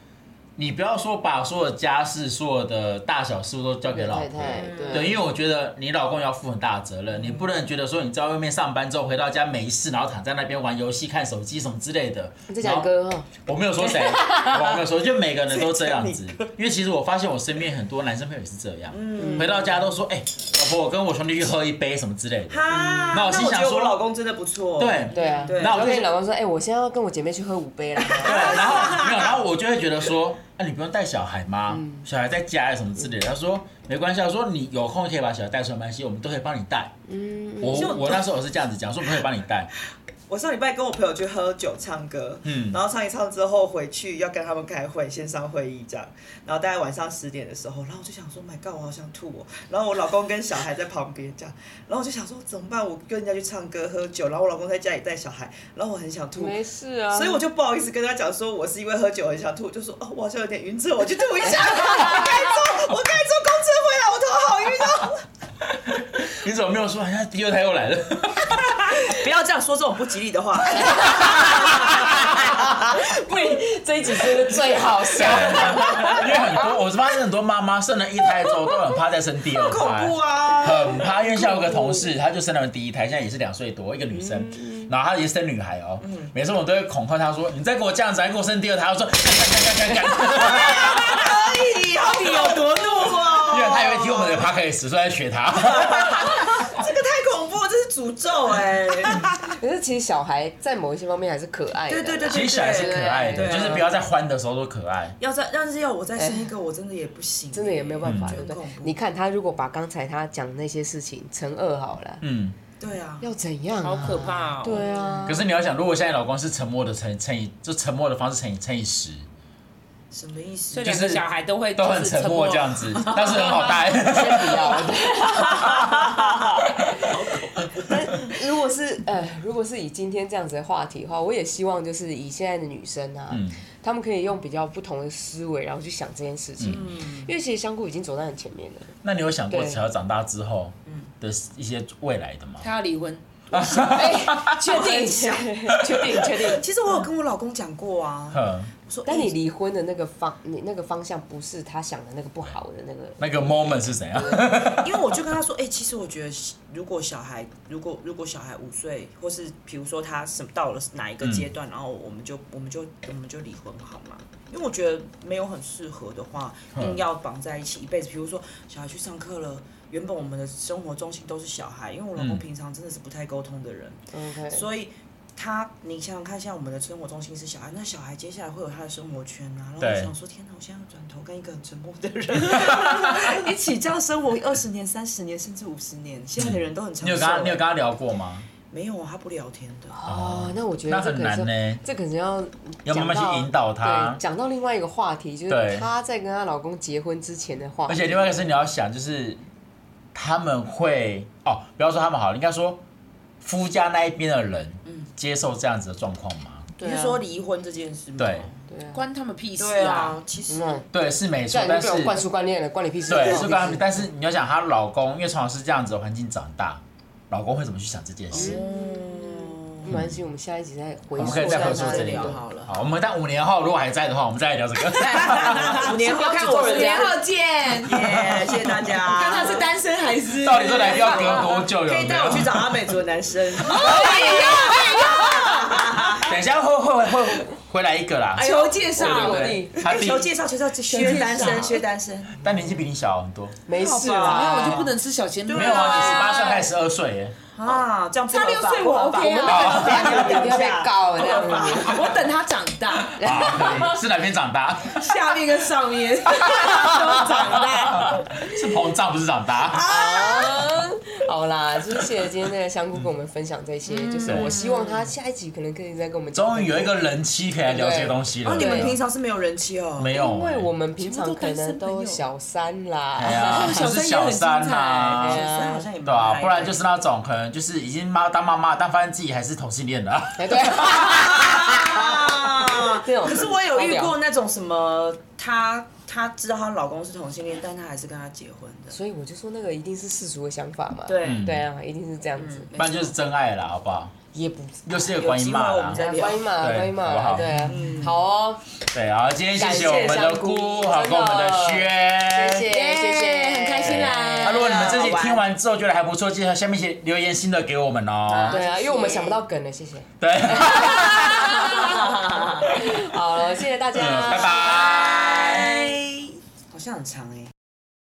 你不要说把所有家事、所有的大小事都交给老
太
婆。
太
对，
对
因为我觉得你老公要负很大的责任，你不能觉得说你在外面上班之后回到家没事，然后躺在那边玩游戏、看手机什么之类的。
你在讲哦歌哈，
我没有 说谁，我没有说，就每个人都这样子。因为其实我发现我身边很多男生朋友也是这样，回到家都说，哎、老婆，我跟我兄弟去喝一杯什么之类的。
哈，
嗯那我心
觉
想
得
说
我老公真的不错。
对
对啊，
对
然后跟你老公说，哎，我现在要跟我姐妹去喝五 杯了，
对，然后没有，然后我就会觉得说，啊，你不用带小孩吗？小孩在家什么之类的。他说没关系啊，我说你有空可以把小孩带出来，没关系，我们都可以帮你带。嗯，我
就
我那时候我是这样子讲，说我们可以帮你带。
我上礼拜跟我朋友去喝酒唱歌，
嗯
然后唱一唱之后回去要跟他们开会，线上会议这样，然后大概晚上十点的时候，然后我就想说，My God，我好想吐哦。然后我老公跟小孩在旁边这样，然后我就想说怎么办？我跟人家去唱歌喝酒，然后我老公在家里带小孩，然后我很想吐，
没事啊，
所以我就不好意思跟他讲说我是因为喝酒很想吐，就说哦，我好像有点晕车，我去吐一下。 我该坐，我该坐公车回来，我头好晕哦。
你怎么没有说，哎呀，又他又来了？
不要这样说这种不吉利 的话。
不， 这一集是最好笑。
因为很多我发现很多妈妈生了一胎之后都很怕再生第二
恐
胎，
怖啊！
很怕，因为像有个同事，她就生了第一胎，现在也是两岁多，一个女生，然后她也生女孩哦。每次我都会恐吓她说：“你再给我这样子，还给我生第二胎。”她说：“干干干干干。
可以，到底哎有多怒啊”？
因为她也会听我们的 p o d c a s 所以在学她。
这个太恐怖，这是诅咒哎！
可是其实小孩在某一些方面还是可爱的啦。
对对对
其实小孩是可爱的，
对
就是不要在欢的时候都可爱。
要再，要是要我再生一个，我真的也不行，
真的也没有办法，
嗯
对不对
很恐？怖
你看他如果把刚才他讲那些事情乘二好了，
嗯，
对啊，
要怎样、
好可！怕哦。
对啊
可，是你要想，如果现在老公是沉默的乘乘以，就沉默的方式乘以乘以十，
什么意思
所以？两个小孩都会
都
就
很
是
沉默这样子，但是很好带。
先不要。但如果是呃，如果是以今天这样子的话题的话，我也希望就是以现在的女生啊，
嗯
她们可以用比较不同的思维，然后去想这件事情。
嗯
因为其实香菇已经走在很前面了。
那你有想过
对
小孩长大之后的一些未来的吗？
他要离婚，
哎，确定
一下，
确定，确定。
其实我有跟我老公讲过啊，
哼，
我说，
但
哎
你离婚的那个方，你那个方向不是他想的那个不好的那个。
那个 moment 是怎样？
因为我就跟他说，哎、其实我觉得，如果小孩，如果如果小孩五岁，或是比如说他什么到了哪一个
嗯
阶段，然后我们就我们就我们就离婚好吗？因为我觉得没有很适合的话，
嗯
硬要绑在一起一辈子。比如说小孩去上课了，原本我们的生活重心都是小孩，因为我老公
嗯
平常真的是不太沟通的人，
OK。
所以。他，你想想看，像我们的生活重心是小孩，那小孩接下来会有他的生活圈啊。然后
对
我想说，天哪，我现在要转头跟一个很沉默的人 一起这样生活二十年、三十年，甚至五十年。现在的人都很长
你有
寿
跟他，你有跟他聊过吗？
没有啊，他不聊天的。
哦，那我觉
那
得这
很
可能
难
是
呢，
这可能要
要慢慢
讲到
去引导他
对，讲到另外一个话题，就
对
是她在跟她老公结婚之前的话题，
而且另外一个是你要想，就是他们会哦，不要说他们好了，应该说夫家那一边的人，
嗯
接受这样子的状况吗？
你是说离婚这件事吗？
对
对啊，
关他们屁事
啊对
啊
啊！，其实
嗯，
对，是没
这
错
样，
但
你
是
就被我灌输观念了，关你屁事。
对
关
是
你
跟他们，但是你要想她老公，因为从小是这样子的环境长大，老公会怎么去想这件事？
哦嗯
没关系，我们下一集再回
我们
溯
可以再回溯
一下
这
她的
里
聊
对
好了
好，我们但五年后如果还在的话，我们再来聊这 个。
五年后
看
看
我
我
五
人
年
家，
后见，
耶，谢谢大家。
看他是单身还是？
到底这来要隔多久？有
可
没有
以带我去找阿美族的男生。
哦等一下会会会回来一个
哎
啦。
求介绍，
对不
我
对
弟
他第
求介绍，求介绍，学单身，学单身。
但年纪比你小很多，
没事
好吧
啦，
那我就不能吃小鲜肉
没有啊？你十八岁还
是？
是二岁耶？
啊，这样不合法
差六岁我
不合法
OK 啊
不要不要不要被
欸
告了这样
不合
子。
我等他长大，
啊，可以是哪边长大？
下面跟上面 都长大。
是膨胀不是长大。
啊好啦，就是谢谢今天那个香菇跟我们分享这些，就是
嗯
我希望她下一集可能可以再跟我们讲
终于有一个人妻可以来聊这些东西了。
哦，你们平常是没有人气哦。
没有？
因为我们平常可能都小三啦
哎。呀，
小
不是
三也
小
很精彩
三呐
哎呀，
所以好像也
对啊，不然就是那种可能就是已经妈当妈妈，但发现自己还是同性恋的啊。
哎， 对，
啊。
这种
可是我有遇
超
过
屌，
那种什么，她她知道她老公是同性恋，但她还是跟他结婚的。
所以我就说那个一定是世俗的想法嘛。
对，
嗯
对啊，一定是这样子，
不然就是真爱啦，好不好？
也不
又是一个观音骂
有机会我
啦
们。再聊
关于嘛，
对
关于
好
嘛，
不好
对啊，好哦，
对啊，好今天谢谢我们的姑，好
感谢香菇
跟我们的轩，啊
谢谢谢谢，
很开心啦
那如果你们这集
好玩
听完之后觉得还不错，记得下面写留言心得给我们哦。
对啊，因为我们想不到梗了，谢谢。
对，
好了，谢谢大家，
嗯拜拜。
好像很长哎。